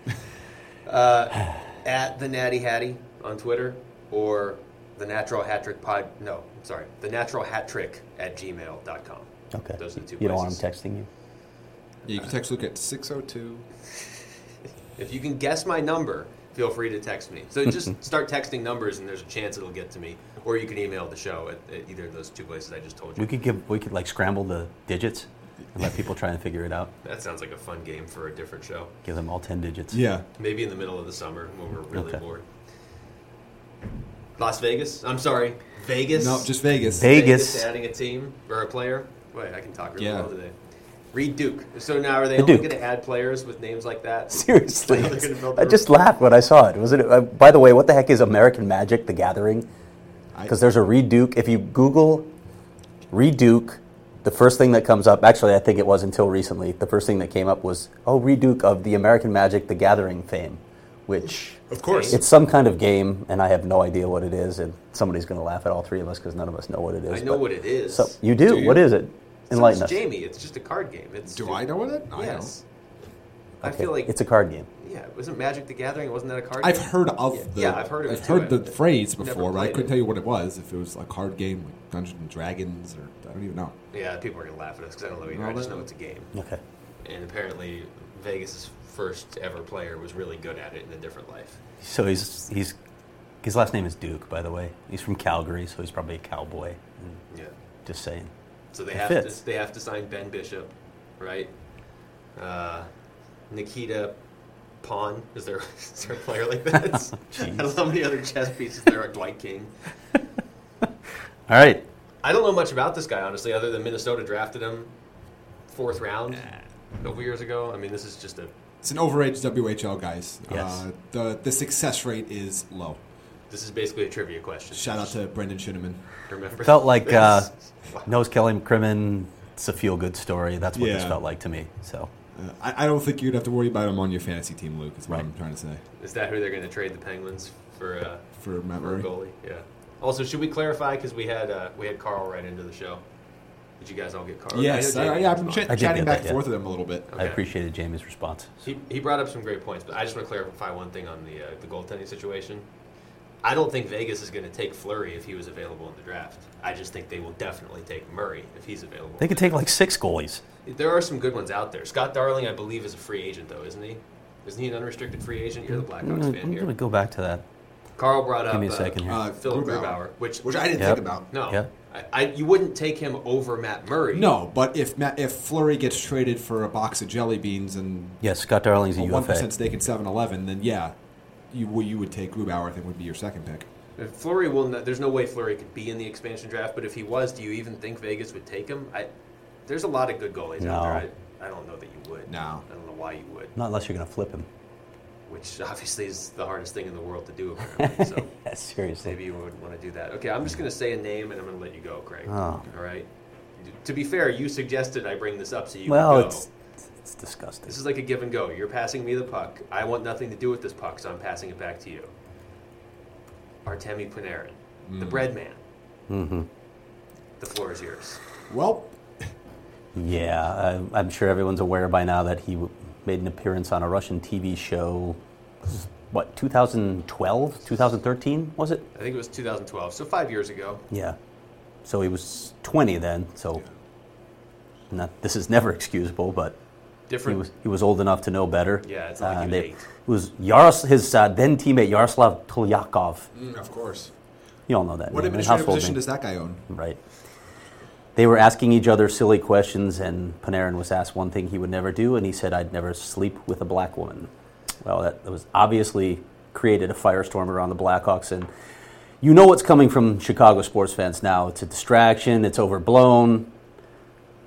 uh, at the Natty Hattie on Twitter or the Natural Hat Trick Pod. No, I'm sorry, the Natural Hat Trick at gmail.com. Okay. Those are the two you don't want places. him texting you. Yeah, you can text Luke at 602. If you can guess my number, feel free to text me. So just start texting numbers, and there's a chance it'll get to me. Or you can email the show at, at either of those two places I just told We you. could give we could like scramble the digits and let people try and figure it out. That sounds like a fun game for a different show. Give them all ten digits. Yeah. Maybe in the middle of the summer when we're really Okay. bored. Las Vegas. I'm sorry, Vegas. No, just Vegas. Ve- Vegas. adding a team or a player. Wait, I can talk really Yeah. well today. Reed Duke. So now are they The only Duke. going to add players with names like that? Seriously, They're gonna build I their- just laughed when I saw it. Was it? Uh, by the way, what the heck is American Magic: The Gathering? I- Because there's a Reed Duke. If you Google Reed Duke, the first thing that comes up. Actually, I think it was until recently. The first thing that came up was oh, Reed Duke of the American Magic: The Gathering fame, which Of course. it's some kind of game, and I have no idea what it is. And somebody's going to laugh at all three of us because none of us know what it is. I know but- what it is. So you do. Do you? What is it? So Enlighten it's us. Jamie. It's just a card game. It's Do I know what it? I Yes. I Okay, feel like it's a card game. Yeah, wasn't Magic the Gathering? Wasn't that a card? know. I've game? heard of Yeah, the yeah, I've heard of it I've too. heard the I've phrase never before, but I played couldn't it. tell you what it was. If it was a card game like Dungeons and Dragons or I don't even know. Yeah, people are gonna laugh at us because I don't know either. I Well, just then- know it's a game. Okay. And apparently, Vegas's first ever player was really good at it in a different life. So he's he's his last name is Duke, by the way. He's from Calgary, so he's probably a cowboy. Yeah. Just saying. So they It have fits. to they have to sign Ben Bishop, right? Uh, Nikita Pawn is there is there a player like that? I don't know how many other chess pieces there are. Dwight King. All right. I don't know much about this guy honestly, other than Minnesota drafted him fourth round a couple years ago. I mean, this is just a It's an overage WHL, guys. Yes. Uh, the the success rate is low. this is basically a trivia question. Shout out to Brendan Shinneman. Remember Felt like this? uh, Wow. Nose Kelly McCrimmon. It's a feel good story. That's what this Yeah. felt like to me. So Uh, I, I don't think you'd have to worry about him on your fantasy team, Luke. Is what Right. I'm trying to say Is that who they're going to trade the Penguins for? Uh, for Matt for a Murray. goalie, yeah. Also, should we clarify because we had uh, we had Carl right into the show? Did you guys all get Carl? Yes, I know I, Jamie yeah, I've been was ch- on. I did chatting get back that, and yeah. forth with him a little bit. I Okay. appreciated Jamie's response. He, he brought up some great points, but I just want to clarify one thing on the uh, the goaltending situation. I don't think Vegas is going to take Flurry if he was available in the draft. I just think they will definitely take Murray if he's available. They could take like six goalies. there are some good ones out there. Scott Darling, I believe, is a free agent though, isn't he? Isn't he an unrestricted free agent? You're the I'm Blackhawks gonna, fan I'm gonna here. go back to that. Carl brought up Mm, Give me a uh, second here. Uh, Phil Grubauer. Grubauer, which which I didn't Yep. think about. no, Yeah. I, I, you wouldn't take him over Matt Murray. No, but if Matt, if Flurry gets traded for a box of jelly beans and Yes, Scott Darling's a a one percent UFA. stake in 7-Eleven, then yeah, you would you would take Grubauer. I think would be your second pick. If Flurry will not, there's no way Flurry could be in the expansion draft, but if he was, do you even think Vegas would take him? I, there's a lot of good goalies No. out there. I, I don't know that you would. No. I don't know why you would, Not unless you're gonna flip him. which obviously is the hardest thing in the world to do, apparently. So Yeah, seriously. maybe you wouldn't want to do that. Okay, I'm just going to say a name and I'm going to let you go, Craig. Oh. All right? To be fair, you suggested I bring this up so you could Well, go. it's it's disgusting. This is like a give and go. You're passing me the puck. I want nothing to do with this puck, so I'm passing it back to you. Artemi Panarin, the Mm. bread man. Mm-hmm. The floor is yours. Well, Yeah, I, I'm sure everyone's aware by now that he w- made an appearance on a Russian TV show what 2012, 2013 was it? I think it was 2012, so five years ago. Yeah. So he was 20 then. So not, this is never excusable, but he Different. was he was old enough to know better. Uh, Yeah, it's not like he was they- eight. It was Yaros, his uh, then teammate Yaroslav Tulyakov. Mm, of course. You all know that. What name, his administrative household position name. does that guy own? Right. They were asking each other silly questions, and Panarin was asked one thing he would never do, and he said, I'd never sleep with a black woman. Well, that that was obviously created a firestorm around the Blackhawks, and you know what's coming from Chicago sports fans now. It's a distraction, it's overblown.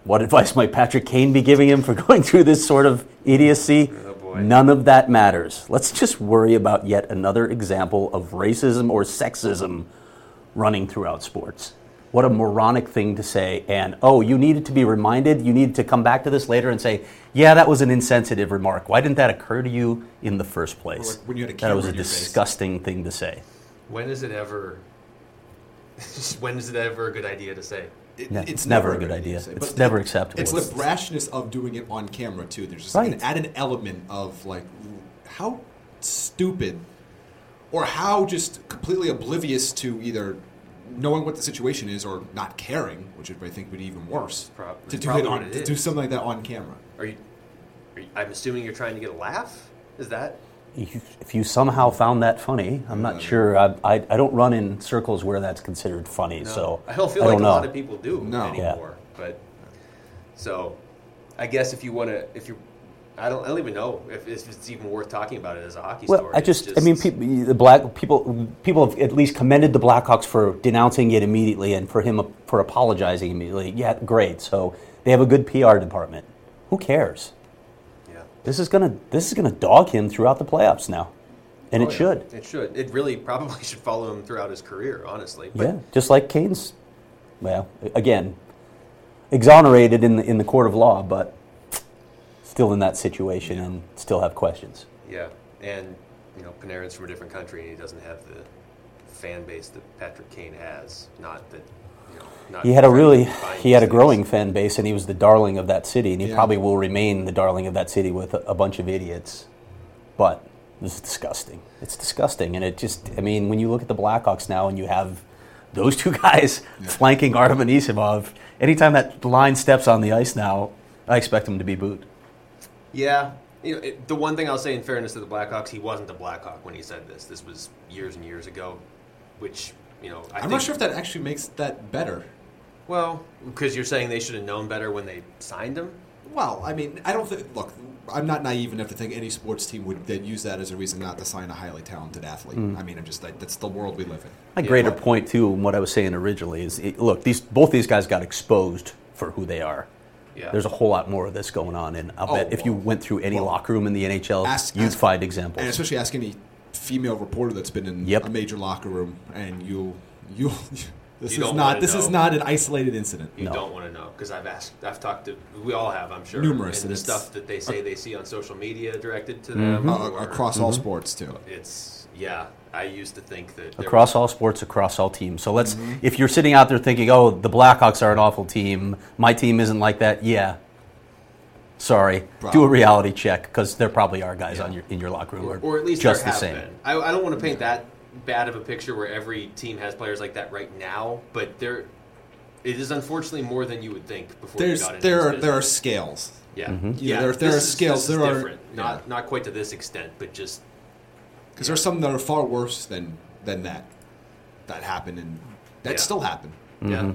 What advice might Patrick Kane be giving him for going through this sort of idiocy? Oh, boy. None of that matters. Let's just worry about yet another example of racism or sexism running throughout sports. What a moronic thing to say. And oh, you needed to be reminded, you needed to come back to this later and say, yeah, that was an insensitive remark. Why didn't that occur to you in the first place? Like when you had a that camera was a in your face. disgusting thing to say. when is it ever? when is it ever a good idea to say? It- No, it's never a good to idea. say, It's but never it- acceptable. It's It's- the brashness of doing it on camera too. There's just like Right. an added element of like how stupid or how just completely oblivious to either knowing what the situation is or not caring, which I think would be even worse. Prob- to do probably it on what it to do is. something like that on camera. Are you, are you? I'm assuming you're trying to get a laugh. Is that? If you- if you somehow found that funny, I'm Mm-hmm. not sure. I, I, I don't run in circles where that's considered funny, No. so I don't feel like a know. lot of people do No. Yeah. anymore. But so, I guess if you want to, if you, I don't, I don't even know if, if it's even worth talking about it as a hockey Well, story. I It's just, I mean, people, the black people, people have at least commended the Blackhawks for denouncing it immediately and for him for apologizing immediately. Yeah, great. So they have a good PR department. Who cares? yeah. This is gonna, this is gonna dog him throughout the playoffs now, and Oh, it yeah. should. It should. It really probably should follow him throughout his career, honestly. But yeah, just like Kane's. Well, again, exonerated in the, in the court of law, but still in that situation and still have questions. Yeah, and you know Panarin's from a different country, and he doesn't have the fan base that Patrick Kane has. Not that you know. Not He had a trying to really define he had a these growing things. fan base, and he was the darling of that city, and he Yeah. probably will remain the darling of that city with a, a bunch of idiots. But this is disgusting. It's disgusting, and it just I mean, when you look at the Blackhawks now, and you have those two guys flanking Artem Anisimov, anytime that line steps on the ice now, I expect him to be booed. Yeah, you know it, the one thing I'll say in fairness to the Blackhawks, he wasn't a Blackhawk when he said this. This was years and years ago, which you know I I'm think, not sure if that actually makes that better. Well, because you're saying they should have known better when they signed him. Well, I mean, I don't think. Look, I'm not naive enough to think any sports team would that use that as a reason not to sign a highly talented athlete. Mm. I mean, I'm just like that's the world we live in. My Yeah. greater point too, and what I was saying originally is, it, look, these both these guys got exposed for who they are. Yeah. There's a whole lot more of this going on, and I'll Oh, bet if you well, went through any locker room in the NHL, Ask- you'd ask- find And examples. especially ask any female reporter that's been in Yep. a major locker room, and you you this You is don't not wanna this is know. not an isolated incident. You No. don't want to know because I've asked, I've talked to, we all have, I'm sure, Numerous, and the and it's- stuff that they say they see on social media directed to them Uh, or- across Mm-hmm. all sports too. It's yeah. I used to think that there Across all sports, across all teams. So let's, Mm-hmm. if you're sitting out there thinking, oh, the Blackhawks are an awful team, my team isn't like that, yeah. Sorry. Do a Probably. reality check, because there probably are guys on your, in your locker room. or, who are or at least just there the have same. been. I, I don't want to paint that bad of a picture where every team has players like that right now, but there, it is unfortunately more than you would think before There's you got into there this are there are business. scales. yeah Mm-hmm. Yeah, there- there this are is- scales, this is there are- different. not yeah. not quite to this extent, but just Because there's some that are far worse than than that that happened and that Yeah. still happened. Mm-hmm. yeah,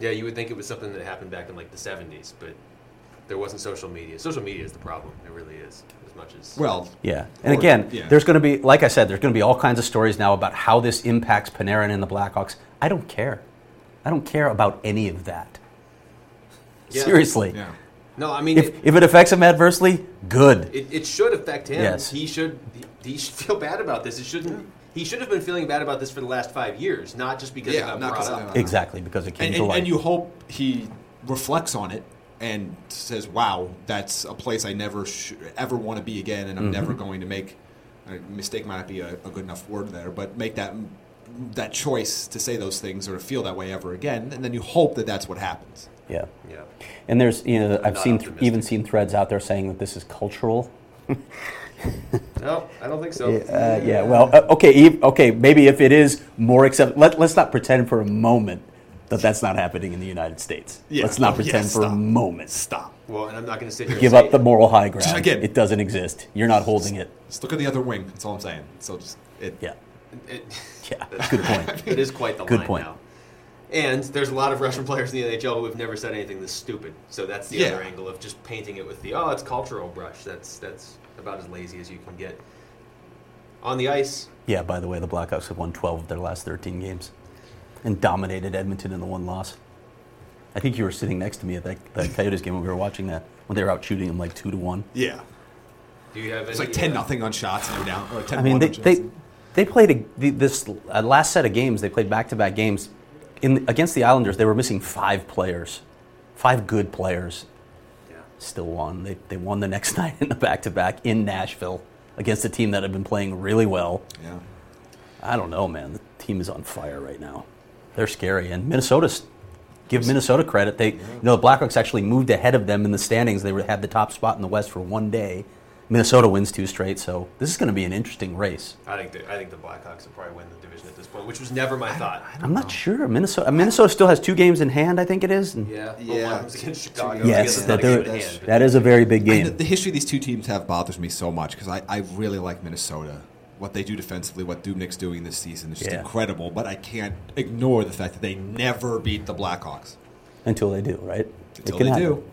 yeah. You would think it was something that happened back in like the seventies, but there wasn't social media. Social media is the problem. It really is as much as Well, Yeah. And Or- again, yeah. there's going to be, like I said, there's going to be all kinds of stories now about how this impacts Panarin and the Blackhawks. I don't care. I don't care about any of that. Yeah. Seriously. yeah. No, I mean. If, it, if it affects him adversely, good. It, it should affect him. Yes. He should. He, he should feel bad about this. It shouldn't. He should have been feeling bad about this for the last five years, not just because it Yeah, got not brought 'cause up. I- exactly, because it came And, to and, light. and you hope he reflects on it and says, "Wow, that's a place I never sh- ever want to be again, Mm-hmm. and I'm never going to make." A mistake might not be a, a good enough word there, but make that that choice to say those things or to feel that way ever again, and then you hope that that's what happens. yeah. yeah. And there's, you know, I've not seen optimistic. even seen threads out there saying that this is cultural. No, I don't think so. Oh, Uh, yeah. Well. Uh, okay. Eve, okay. Maybe if it is more accept, let, let's not pretend for a moment that that's not happening in the United States. Yeah. Let's not Oh, yeah, pretend for a stop. moment. Stop. Well, and I'm not going to sit here. Give and up the moral high ground. Again. It doesn't exist. You're not holding it. Just look at the other wing. That's all I'm saying. So just it. Yeah. say it. It- Yeah. Good point. it is quite the Good line point. now. And there's a lot of Russian players in the NHL who have never said anything this stupid. So that's the Yeah. other angle of just painting it with the oh, it's cultural brush. That's that's about as lazy as you can get. On the ice, Yeah. By the way, the Blackhawks have won 12 of their last 13 games, and dominated Edmonton in the one loss. I think you were sitting next to me at that, that Coyotes game when we were watching that when they were out shooting them like two to one. Yeah. do you have It's any, like ten uh, nothing on shots and we're down. Or 10 I mean, they, they, they played a, the, this uh, last set of games. They played back to back games in against the Islanders. They were missing five players, five good players. Yeah. Still won. They, they won the next night in the back to back in Nashville against a team that had been playing really well. Yeah. I don't know, man. The team is on fire right now. They're scary, and Minnesota's. Give Minnesota credit. They, you know, the Blackhawks actually moved ahead of them in the standings. They were, had the top spot in the West for one day. Minnesota wins two straight, so this is going to be an interesting race. I think the, I think the Blackhawks will probably win the division at this point, which was never my thought. I'm not sure. Minnesota Minnesota still has two games in hand, I think it is. and- yeah, Yeah. Well, one was against Chicago. the Yes, other's that, not a there- game in hand, but that is a very big I know, game. the history these two teams have bothers me so much because I, I really like Minnesota. What they do defensively, what Dubnik's doing this season is just Yeah. incredible. But I can't ignore the fact that they never beat the Blackhawks. Until they do, right? It Until can they happen. do,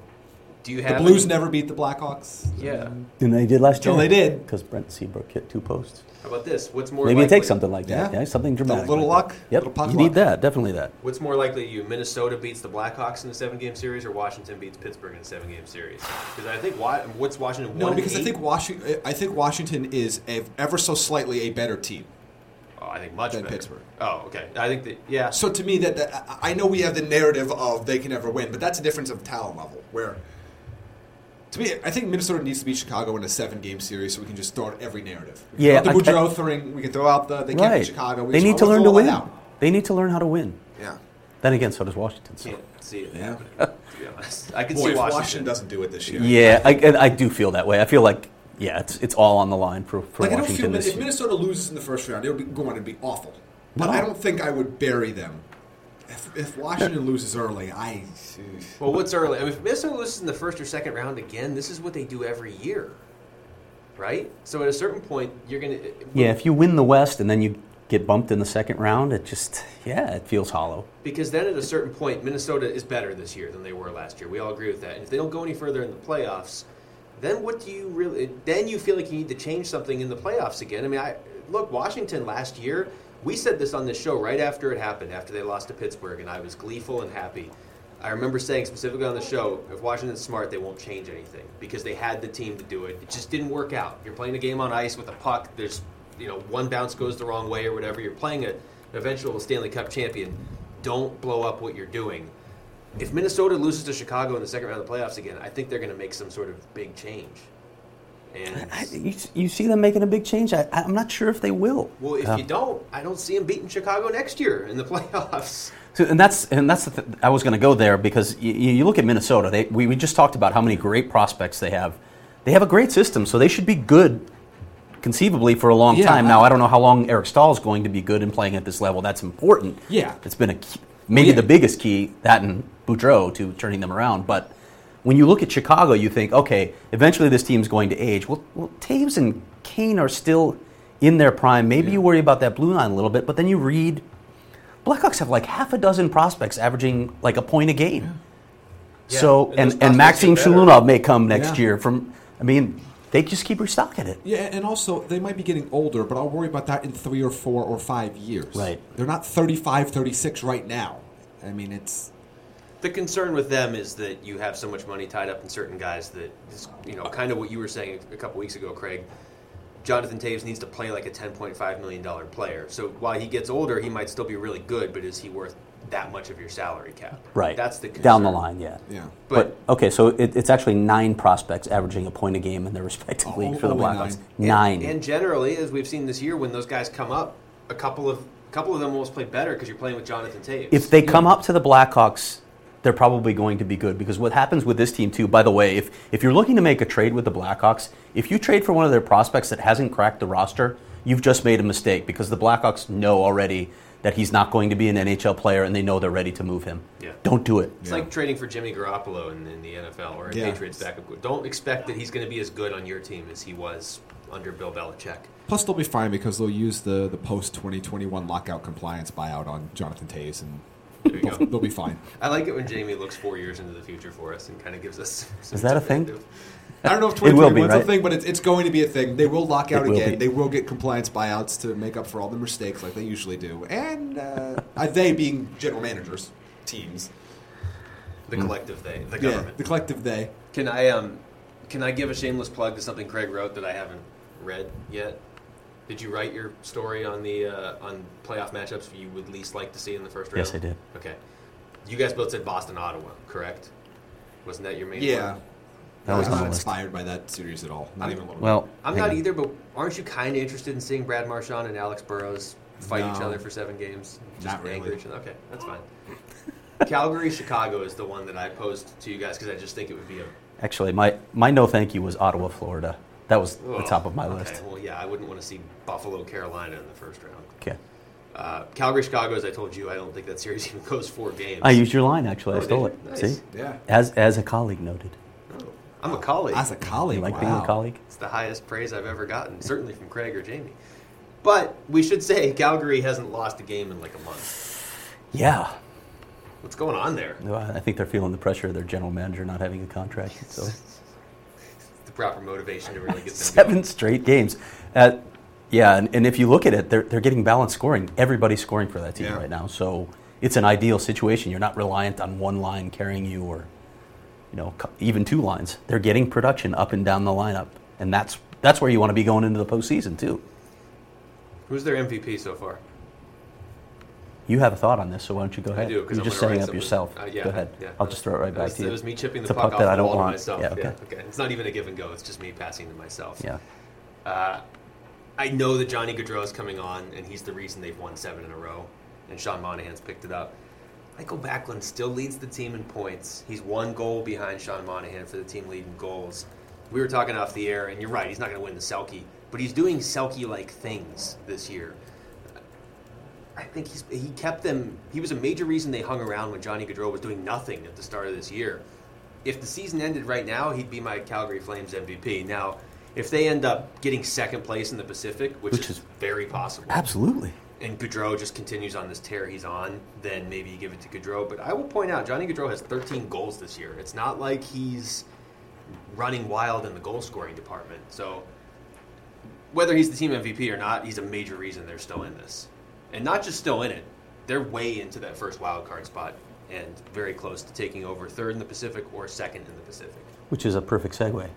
Do you the have Blues any- never beat the Blackhawks. Yeah. And they did last year. Until they did. Because Brent Seabrook hit two posts. How about this? What's more Maybe likely? it takes something like that. Yeah. Yeah, something The dramatic. little like luck, That. Yep. little puck you need luck. that. Definitely that. What's more likely to you? Minnesota beats the Blackhawks in a seven-game series, or Washington beats Pittsburgh in a seven-game series? Because I think Wa- what's Washington No, one because and I eight? think Washington, I think Washington is a, ever so slightly a better team. oh, I think much than better. Pittsburgh. Oh, okay. I think that yeah. So to me, that, that I- I know we have the narrative of they can never win, but that's a difference of talent level. Where to me, I think Minnesota needs to beat Chicago in a seven-game series so we can just throw out every narrative. We can Yeah, throw out the I- I- Boudreaux thing. We can throw out the they can't Right. beat Chicago. We they just- need I to wanna learn to throw all win. that out. They need to learn how to win. Yeah. Then again, so does Washington. So. can't see it Yeah. happening. To be honest, I can Boy, see if Washington. Washington doesn't do it this year. Yeah, I, and I do feel that way. I feel like, yeah, it's, it's all on the line for, for Like I don't feel Washington Min- this if year. Minnesota loses in the first round, it would be going to be awful. But No. I don't think I would bury them. If, if Washington loses early, I Well, what's early? I mean, if Minnesota loses in the first or second round again, this is what they do every year, right? So at a certain point, you're gonna Yeah, if you win the West and then you get bumped in the second round, it just yeah, it feels hollow. Because then at a certain point, Minnesota is better this year than they were last year. We all agree with that. And if they don't go any further in the playoffs, then what do you really? Then you feel like you need to change something in the playoffs again. I mean, I look Washington last year. We said this on this show right after it happened, after they lost to Pittsburgh, and I was gleeful and happy. I remember saying specifically on the show, if Washington's smart, they won't change anything because they had the team to do it. It just didn't work out. You're playing a game on ice with a puck. There's, you know, one bounce goes the wrong way or whatever. You're playing a, an eventual Stanley Cup champion. Don't blow up what you're doing. If Minnesota loses to Chicago in the second round of the playoffs again, I think they're going to make some sort of big change. And I, you, you see them making a big change. I, I'm not sure if they will. well, if Uh, you don't, I don't see them beating Chicago next year in the playoffs. So, and that's and that's the th- I was going to go there because you, you look at Minnesota. They, we, we just talked about how many great prospects they have. They have a great system, so they should be good, conceivably for a long Yeah, time. I- Now I don't know how long Eric Stahl is going to be good in playing at this level. That's important. Yeah. it's been a key, Oh, maybe Yeah. the biggest key that and Boudreaux to turning them around. But when you look at Chicago, you think, okay, eventually this team's going to age. Well, well Taves and Kane are still in their prime. Maybe you worry about that blue line a little bit, but then you read Blackhawks have like half a dozen prospects averaging like a point a game. Yeah, So and those and, and, prospects get Maxime better. Shulunov may come next Yeah. year from I mean, they just keep restocking it. Yeah, and also they might be getting older, but I'll worry about that in three or four or five years. Right. They're not 35, 36 right now. I mean, it's. The concern with them is that you have so much money tied up in certain guys that, it's, you know, kind of what you were saying a couple weeks ago, Craig. Jonathan Taves needs to play like a $10.5 million player. So while he gets older, he might still be really good, but is he worth that much of your salary cap? Right. That's the concern. down the line, yeah. Yeah. But- But, okay, so it, it's actually nine prospects averaging a point a game in their respective Oh, leagues for the only Blackhawks. And- Nine. And, generally, as we've seen this year, when those guys come up, a couple of a couple of them almost play better because you're playing with Jonathan Taves. if they come up to the Blackhawks they're probably going to be good because what happens with this team too by the way if, if you're looking to make a trade with the blackhawks if you trade for one of their prospects that hasn't cracked the roster you've just made a mistake because the blackhawks know already that he's not going to be an nhl player and they know they're ready to move him Yeah. don't do it It's Yeah. like trading for Jimmy Garoppolo in, in the NFL or a Yeah. Patriots backup. quarter- Don't expect that he's going to be as good on your team as he was under Bill Belichick. Plus, they'll be fine because they'll use the, the post 2021 lockout compliance buyout on Jonathan Tays, and There you they'll, go. they'll be fine. I like it when Jamie looks four years into the future for us and kind of gives us. some Is that a thing? perspective. I don't know if It will be, 2021 is a right? thing, but it's, it's going to be a thing. They will lock out It will again. be. They will get compliance buyouts to make up for all the mistakes like they usually do. And uh, uh, they being general managers, teams. Hmm. The collective they, the Yeah, government. the collective they. Can I um, can I give a shameless plug to something Craig wrote that I haven't read yet? Did you write your story on the uh, on playoff matchups you would least like to see in the first round? Yes, I did. Okay, you guys both said Boston, Ottawa, correct? Wasn't that your main? Yeah. one? That was I'm on not the list. inspired by that series at all. Not even a little well I'm hang not on. either, but aren't you kind of interested in seeing Brad Marchand and Alex Burrows fight each No. other for seven games? Not really. anger each other? Okay, that's fine. Calgary, Chicago is the one that I posed to you guys because I just think it would be a actually my, my no thank you was ottawa florida that was the Ugh, top of my okay, list Well, yeah, I wouldn't want to see Buffalo, Carolina in the first round. okay Uh, Calgary, Chicago, as I told you, I don't think that series even goes four games. i used your line actually Oh, i did stole you? it Nice. see bit. Yeah. as, as a colleague noted I'm a colleague. As a colleague. you like wow. being a colleague It's the highest praise I've ever gotten, certainly from Craig or Jamie. But we should say Calgary hasn't lost a game in like a month. yeah What's going on there? No, I I think they're feeling the pressure of their general manager not having a contract. So The proper motivation to really get them going. seven straight games. Uh, yeah, and, and if you look at it, they're, they're getting balanced scoring. Everybody's scoring for that team Yeah. right now, so it's an ideal situation. You're not reliant on one line carrying you, or you know, cou- even two lines. They're getting production up and down the lineup, and that's that's where you want to be going into the postseason too. Who's their MVP so far? You have a thought on this, so why don't you go ahead? I do. 'cause You're I'm just gonna setting write something. up yourself. Uh, yeah, go ahead. yeah. I'll just throw it right That back was- to you. That was me chipping the It's a puck, puck off that the I don't wall want. to myself. Yeah, okay. It's not even a give and go. It's just me passing to myself. Yeah. Uh, I know that Johnny Gaudreau is coming on, and he's the reason they've won seven in a row, and Sean Monahan's picked it up. Michael Backlund still leads the team in points. He's one goal behind Sean Monahan for the team lead in goals. We were talking off the air, and you're right, he's not going to win the Selkie, but he's doing Selkie like things this year. I think he's, he kept them. He was a major reason they hung around when Johnny Gaudreau was doing nothing at the start of this year. If the season ended right now, he'd be my Calgary Flames MVP. Now, if they end up getting second place in the Pacific, which, Which is, is very possible, Absolutely. and Gaudreau just continues on this tear he's on, then maybe you give it to Gaudreau. But I will point out, Johnny Gaudreau has 13 goals this year. It's not like he's running wild in the goal scoring department. So whether he's the team MVP or not, he's a major reason they're still in this, and not just still in it. They're way into that first wild card spot and very close to taking over third in the Pacific or second in the Pacific. Which is a perfect segue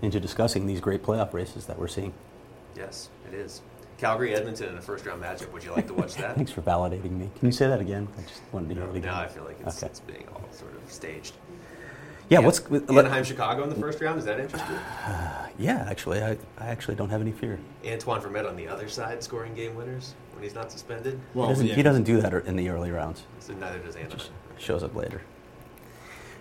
into discussing these great playoff races that we're seeing. Yes, it is. Calgary Edmonton in a first round matchup. Would you like to watch that? Thanks for validating me. Can you say that again? I just wanted to hear it again. now I feel like it's, Okay. it's being all sort of staged. yeah, what's Anaheim Chicago in the first round? Is that interesting? yeah? Actually, I, I actually don't have any fear. Antoine Vermette on the other side scoring game winners when he's not suspended. He Well, doesn't, yeah. he doesn't do that er, in the early rounds. So neither does Anaheim. Shows up later.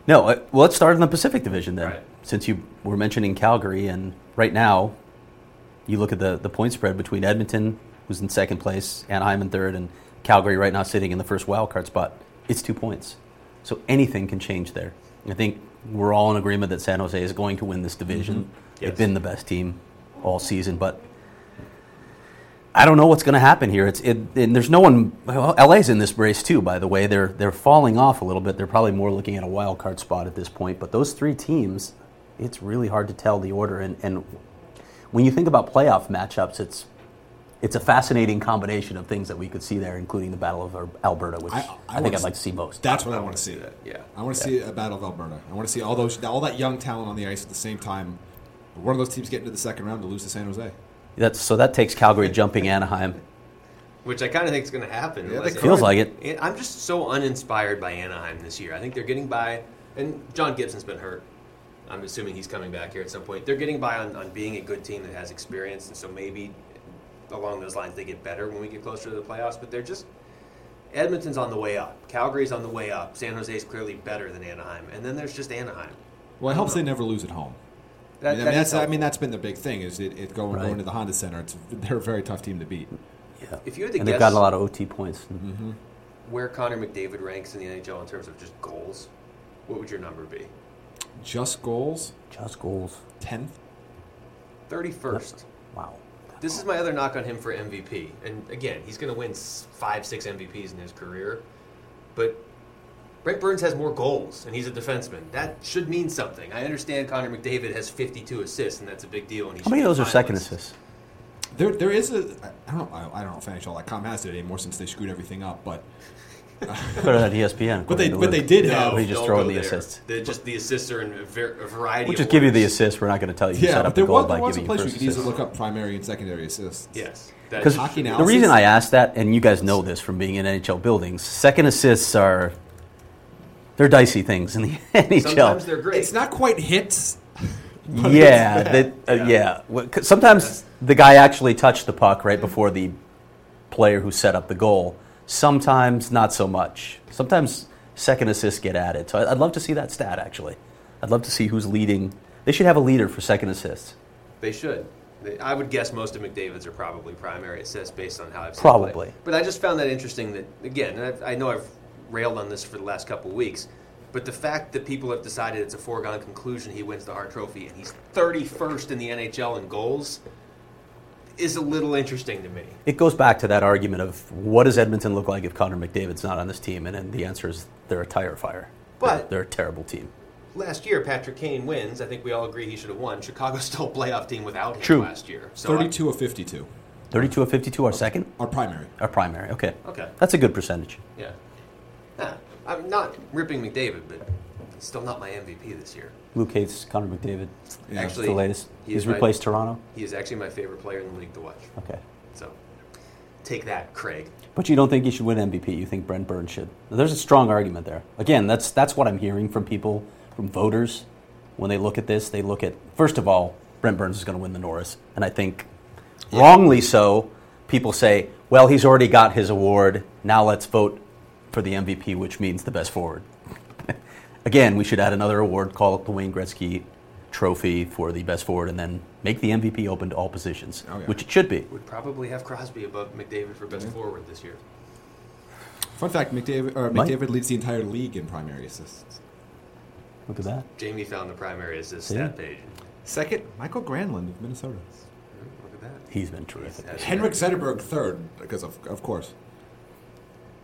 No, uh, well, let's start in the Pacific Division then, Right. since you were mentioning Calgary, and right now, you look at the the point spread between Edmonton, who's in second place, Anaheim in third, and Calgary right now sitting in the first wild card spot. It's two points, so anything can change there. I think we're all in agreement that San Jose is going to win this division. Yes. They've been the best team all season, but I don't know what's going to happen here. It's it, and there's no one. Well, LA's in this race too. By the way, they're they're falling off a little bit. They're probably more looking at a wild card spot at this point. But those three teams, it's really hard to tell the order. And, and when you think about playoff matchups, it's it's a fascinating combination of things that we could see there, including the Battle of Alberta, which I- I, I think wanna I'd like to s- see most. That's what I want to see. Yeah. I want to see a battle of Alberta. I want to see all those all that young talent on the ice at the same time. One of those teams get into the second round to lose to San Jose. That's so that takes Calgary jumping Anaheim. Which I kind of think is going to happen. Yeah, unless they Feels Anaheim- like it. And I'm just so uninspired by Anaheim this year. I think they're getting by, and John Gibson's been hurt. I'm assuming he's coming back here at some point. They're getting by on, on being a good team that has experience, and so maybe along those lines they get better when we get closer to the playoffs. But they're just Edmonton's on the way up. Calgary's on the way up. San Jose's clearly better than Anaheim. And then there's just Anaheim. Well, it helps they never lose at home. That- I, mean, that is that's, I helpful. mean, that's been the big thing is it, it going, Right. going to the Honda Center. It's, they're a very tough team to beat. Yeah. If you had to and guess- they've gotten a lot of OT points. where Connor McDavid ranks in the NHL in terms of just goals, what would your number be? Just goals, Just goals. 10th. 31st. Wow. This is my other knock on him for MVP. And again, he's going to win s- five, six MVPs in his career. But Brent Burns has more goals, and he's a defenseman. That should mean something. I understand Connor McDavid has 52 assists, and that's a big deal. And he How many should of be those are second finalists. assists? There, there is a. I don't know. I, I don't know if NHL.com has it anymore since they screwed everything up. But Better than E ESPN. But they- according to but Luke. they did No, have- They just don't throw go in the there. assists. They just the assists are in a, ver- a variety. We'll of just give you the orders. assists. We're not going to tell you. you yeah, set up but there the goal was, by there was a giving place you we first could easily assist. look up primary and secondary assists. Yes, Because that's Hockey the analysis? reason I asked that, and you guys know this from being in NHL buildings, second assists are they're dicey things in the sometimes NHL. they're great. It's not quite hits. but Yeah, it's bad. that, uh, Yeah. yeah. Well, 'cause Sometimes the guy actually touched the puck right before the player who set up the goal. Sometimes not so much. Sometimes second assists get added. So I- I'd love to see that stat actually. I'd love to see who's leading. They should have a leader for second assists. They should. They- I would guess most of McDavid's are probably primary assists based on how I've seen Probably. play. But I just found that interesting that, again, and I've, I know I've railed on this for the last couple weeks, but the fact that people have decided it's a foregone conclusion he wins the Hart Trophy and he's 31st in the NHL in goals is a little interesting to me. It goes back to that argument of what does Edmonton look like if Connor McDavid's not on this team? And, and the answer is they're a tire fire. But- they're, they're a terrible team. Last year, Patrick Kane wins. I think we all agree he should have won. Chicago's still a playoff team without him True. last year. So I- 32 of 52 32 of 52 are second? are primary. Our primary. Okay. Okay. That's a good percentage. yeah. Nah, I'm not ripping McDavid, but he's still not my MVP this year. Luke Cates, Connor McDavid. Yeah. That's the latest. he He's is my- replaced Toronto. He is actually my favorite player in the league to watch. Okay. So take that, Craig. But you don't think he should win MVP. You think Brent Burns should. Now, there's a strong argument there. Again, that's, that's what I'm hearing from people, from voters. When they look at this, they look at, first of all, Brent Burns is going to win the Norris. And I think, wrongly so, people say, well, he's already got his award. Now let's vote for the MVP, which means the best forward. Again, we should add another award, call it the Wayne Gretzky Trophy for the best forward, and then make the MVP open to all positions, Oh, yeah. which it should be. Would probably have Crosby above McDavid for Mm-hmm. best forward this year. Fun fact McDavid, or Mike? McDavid leads the entire league in primary assists. Look at that. Jamie found the primary assist See? stat page. Second, Michael Granlund of Minnesota. Look at that. He's been terrific. That's Henrik Zetterberg third, because of, of course.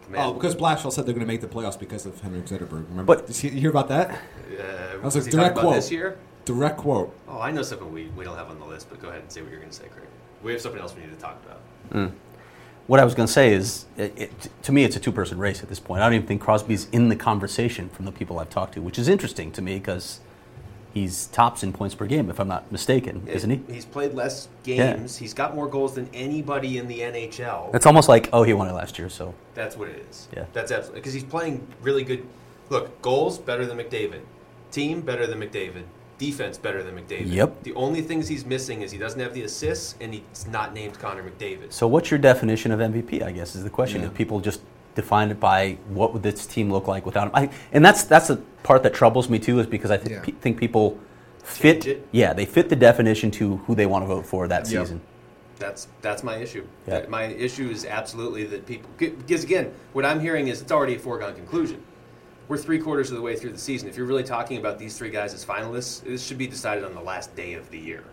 Man, Oh, because Blashill said they're going to make the playoffs because of Henrik Zetterberg. Remember? But- Did you hear about that? uh, was was a he talking direct about quote. this year? Direct quote. Oh, I know something we, we don't have on the list, but go ahead and say what you're going to say, Craig. We have something else we need to talk about. What I was going to say is, it, it, to me, it's a two-person race at this point. I don't even think Crosby's in the conversation from the people I've talked to, which is interesting to me because he's tops in points per game, if I'm not mistaken, isn't he? He's played less Yeah. games. He's got more goals than anybody in the NHL. It's almost like, oh, he won it last year, so That's what it is. Yeah. That's absolutely because he's playing really good. Look, goals better than McDavid, team better than McDavid, defense better than McDavid. Yep. The only things he's missing is he doesn't have the assists and he's not named Connor McDavid. So, what's your definition of MVP? I guess is the question. Yeah. If people just define it by what would this team look like without him, I, and that's that's the part that troubles me too, is because I th- Yeah. pe- think people fit. Change it. Yeah, they fit the definition to who they want to vote for that Yep. season. That's that's my issue. Yeah. My issue is absolutely that people because again, what I'm hearing is it's already a foregone conclusion. We're three quarters of the way through the season. If you're really talking about these three guys as finalists, this should be decided on the last day of the year.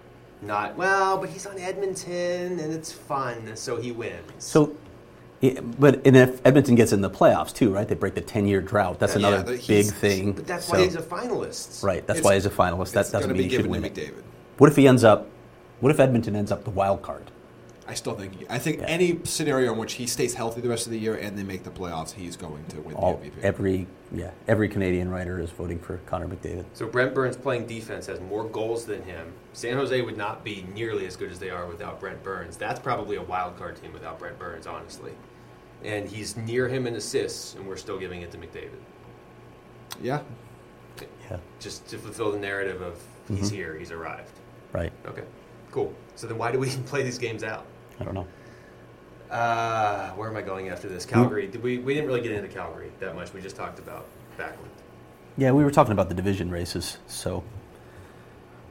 Not well, but he's on Edmonton and it's fun, so he wins. So, i- but and if Edmonton gets in the playoffs too, right? They break the ten-year drought. That's Yeah, another but he's- big thing. But that's So- why he's a finalist. right. That's It's- why he's a finalist. That it's doesn't gonna mean be he should win given to it. McDavid. What if he ends up? What if Edmonton ends up the wild card? I still think. I think any scenario in which he stays healthy the rest of the year and they make the playoffs, he's going to win All, the MVP. every yeah, every Canadian writer is voting for Connor McDavid. So Brent Burns playing defense has more goals than him. San Jose would not be nearly as good as they are without Brent Burns. That's probably a wild card team without Brent Burns, honestly. And he's near him in assists, and we're still giving it to McDavid yeah. Yeah. just to fulfill the narrative of he's Mm-hmm. here, he's arrived. Right. Okay, cool. So then why do we even play these games out? I don't know. Uh, Uh, where am I going after this? Calgary. Did we, we didn't really get into Calgary that much. We just talked about Backlund. Yeah, we were talking about the division races, so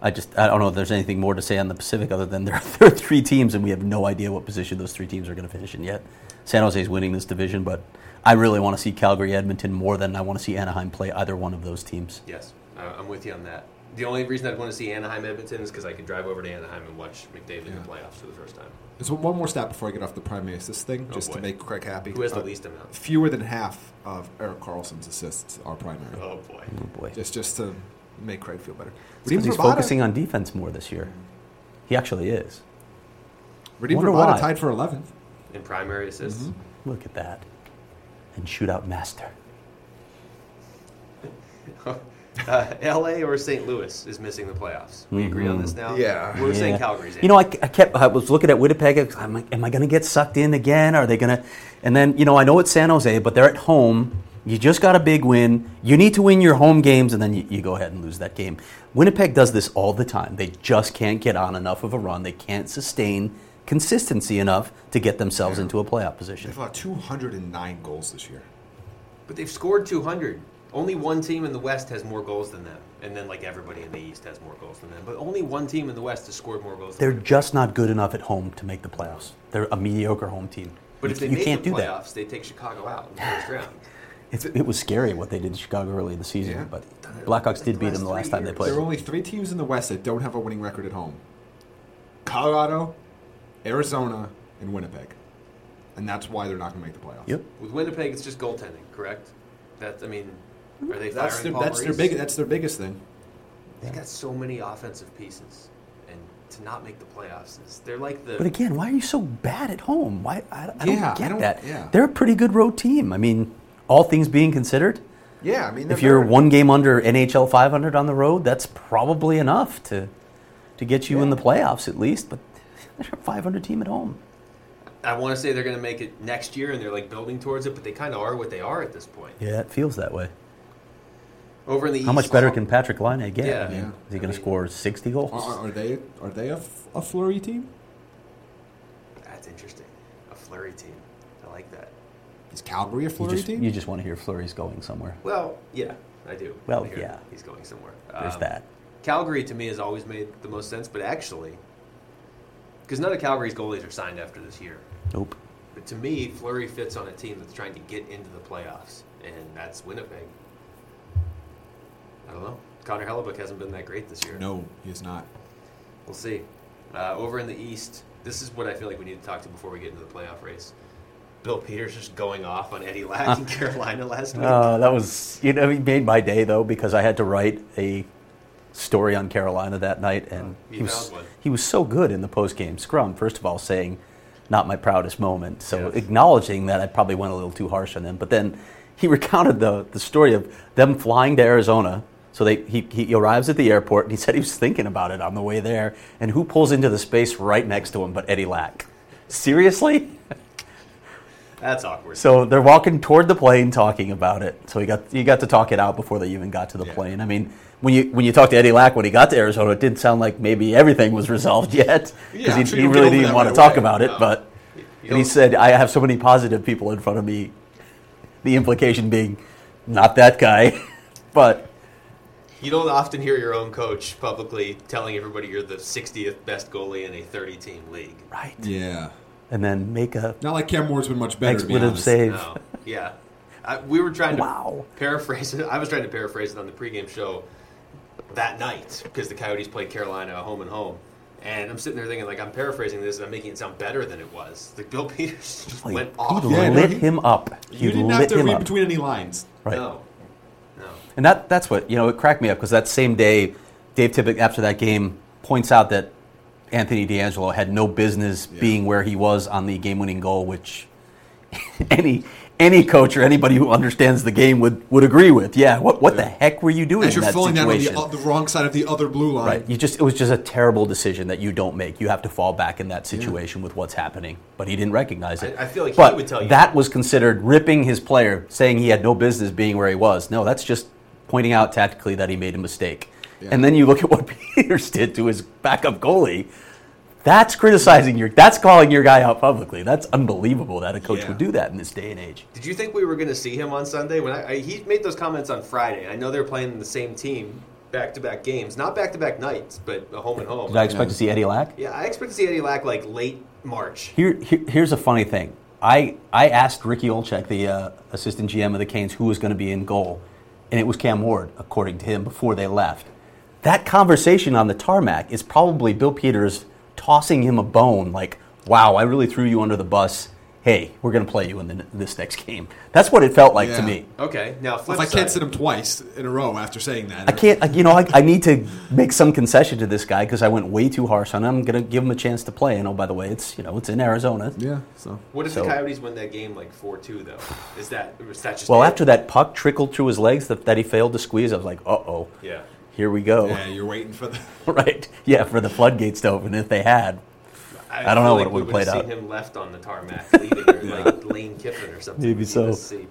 I just I don't know if there's anything more to say on the Pacific other than there are, there are three teams and we have no idea what position those three teams are going to finish in yet. San Jose's winning this division, but I really want to see Calgary Edmonton more than I want to see Anaheim play either one of those teams. Yes, I- I'm with you on that. The only reason I'd want to see Anaheim Edmonton is because I could drive over to Anaheim and watch McDavid in the Yeah. playoffs for the first time. There's one more stat before I get off the primary assist thing, Oh, just boy. to make Craig happy. Who has the Uh, least amount? Fewer than half of Eric Carlson's assists are primary. Oh boy. Oh boy. Just just to make Craig feel better. It's 'cause he's Rabada- focusing on defense more this year. He actually is. Radim Wonder Rabada why. tied for 11th. In primary assists. Look at that. And shootout master. Uh, L.A. or St. Louis is missing the playoffs. We agree on this now. Yeah. we're saying Yeah. Calgary's. in. You know, I, I kept I was looking at Winnipeg. I'm like, am I going to get sucked in again? Are they going to? And then you know, I know it's San Jose, but they're at home. You just got a big win. You need to win your home games, and then you, you go ahead and lose that game. Winnipeg does this all the time. They just can't get on enough of a run. They can't sustain consistency enough to get themselves into a playoff position. They've allowed 209 goals this year. but they've scored 200. Only one team in the West has more goals than them, and then like everybody in the East has more goals than them. But only one team in the West has scored more goals. They're than them. just not good enough at home to make the playoffs. They're a mediocre home team. But you, if they you make can't the do that. playoffs, they take Chicago out in the first round. It's, it was scary what they did to Chicago early in the season, Yeah. but Blackhawks did beat them the Last last time they three played. There are only three teams in the West that don't have a winning record at home Colorado, Arizona, and Winnipeg. And that's why they're not going to make the playoffs. Yep. With Winnipeg, it's just goaltending, correct? That I mean, Mm-hmm. are they That's firing their, Paul that's, their Maurice? big, that's their biggest thing. They got so many offensive pieces, and to not make the playoffs is they're like the. But again, why are you so bad at home? Why I, I don't Yeah, I get don't- that. yeah. They're a pretty good road team. I mean, all things being considered, Yeah, I mean, if they're you're better. one game under NHL 500 on the road, that's probably enough to to get you in the playoffs at least. But they're a 500 team at home. I want to say they're going to make it next year, and they're like building towards it, but they kind of are what they are at this point. Yeah, it feels that way. Over in the How East, much better can Patrick Line get? Yeah. I mean, Yeah. Is he going I mean- to score 60 goals? Are, are- are they are they a, f- a flurry team? That's interesting. A flurry team. I like that. Is Calgary a you flurry just, team? you just want to hear Flurry's going somewhere. Well, yeah, I do. Well, I hear yeah. he's going somewhere. There's Um, that. Calgary to me has always made the most sense, but actually, because none of Calgary's goalies are signed after this year. Nope. But to me, Flurry fits on a team that's trying to get into the playoffs, and that's Winnipeg. I don't know. Connor Hellebuck hasn't been that great this year. no, he is not. We'll see. Uh, over in the East, this is what I feel like we need to talk to before we get into the playoff race. Bill Peters just going off on Eddie Lack in Carolina last week. Uh, that was, you know, he made my day though because I had to write a story on Carolina that night, and Oh, you he was found one. he was so good in the post game scrum. First of all, saying, "Not my proudest moment," so Yes. acknowledging that I probably went a little too harsh on them. But then he recounted the the story of them flying to Arizona. So they, he, he arrives at the airport and he said he was thinking about it on the way there. And who pulls into the space right next to him but Eddie Lack? Seriously? That's awkward. So they're walking toward the plane, talking about it. So he got he got to talk it out before they even got to the plane. I mean, when you when you talked to Eddie Lack when he got to Arizona, it didn't sound like maybe everything was resolved yet Yeah, because I'm he, sure he you'll get really over didn't that want right to talk away. about it. No. But You and he don't- said, "I have so many positive people in front of me." The implication being, not that guy, but You don't often hear your own coach publicly telling everybody you're the 60th best goalie in a 30 team league. right. Yeah, And then make a not like Cam Ward's been much better. to be expletive honest. save. No, Oh, yeah. I, we were trying to Wow. paraphrase it. I was trying to paraphrase it on the pregame show that night because the Coyotes played Carolina home and home. And I'm sitting there thinking, like, I'm paraphrasing this and I'm making it sound better than it was. Like, Bill Peters just Like, went he off. Yeah, no, lit he- him up. He You didn't lit have to him read up. between any lines. right. No. No. And that, that's what, you know, it cracked me up because that same day, Dave Tippett, after that game, points out that Anthony D'Angelo had no business being where he was on the game winning goal, which any any coach or anybody who understands the game would, would agree with. Yeah, what, what the heck were you doing As in you're that falling down on situation? the, o- the wrong side of the other blue line. Right. You just it was just a terrible decision that you don't make. You have to fall back in that situation with what's happening. But he didn't recognize it. I- I feel like he but would tell you that was considered ripping his player, saying he had no business being where he was. No, that's just pointing out tactically that he made a mistake. And then you look at what Peters did to his backup goalie. That's criticizing your. That's calling your guy out publicly. That's unbelievable that a coach Yeah. would do that in this day and age. Did you think we were going to see him on Sunday? When I, I, he made those comments on Friday, I know they're playing the same team, back to back games, not back to back nights, but a home and home. Did I expect to see Eddie Lack? yeah, I expect to see Eddie Lack like late March. Here, here, here's a funny thing. I, I asked Ricky Olchek, the uh, assistant GM of the Canes, who was going to be in goal, and it was Cam Ward, according to him, before they left. That conversation on the tarmac is probably Bill Peters tossing him a bone, like, "Wow, I really threw you under the bus. Hey, we're going to play you in the, this next game." That's what it felt like to Yeah. me. Okay, now flip If I side. can't sit him twice in a row after saying that, I can't, I, you know, I, I need to make some concession to this guy because I went way too harsh on him. I'm going to give him a chance to play. And oh, by the way, it's you know, it's in Arizona. Yeah. So What if So- the Coyotes win that game like four two though? Is that is that just Well, it? after that puck trickled through his legs that, that he failed to squeeze, I was like, uh oh, yeah, here we go. yeah, you're waiting for the. right? Yeah, for the floodgates to open if they had. I feel don't know like what it would've we would've played seen out. him left on the tarmac, leading or like Lane Kiffin or something. Maybe We'd so. just see.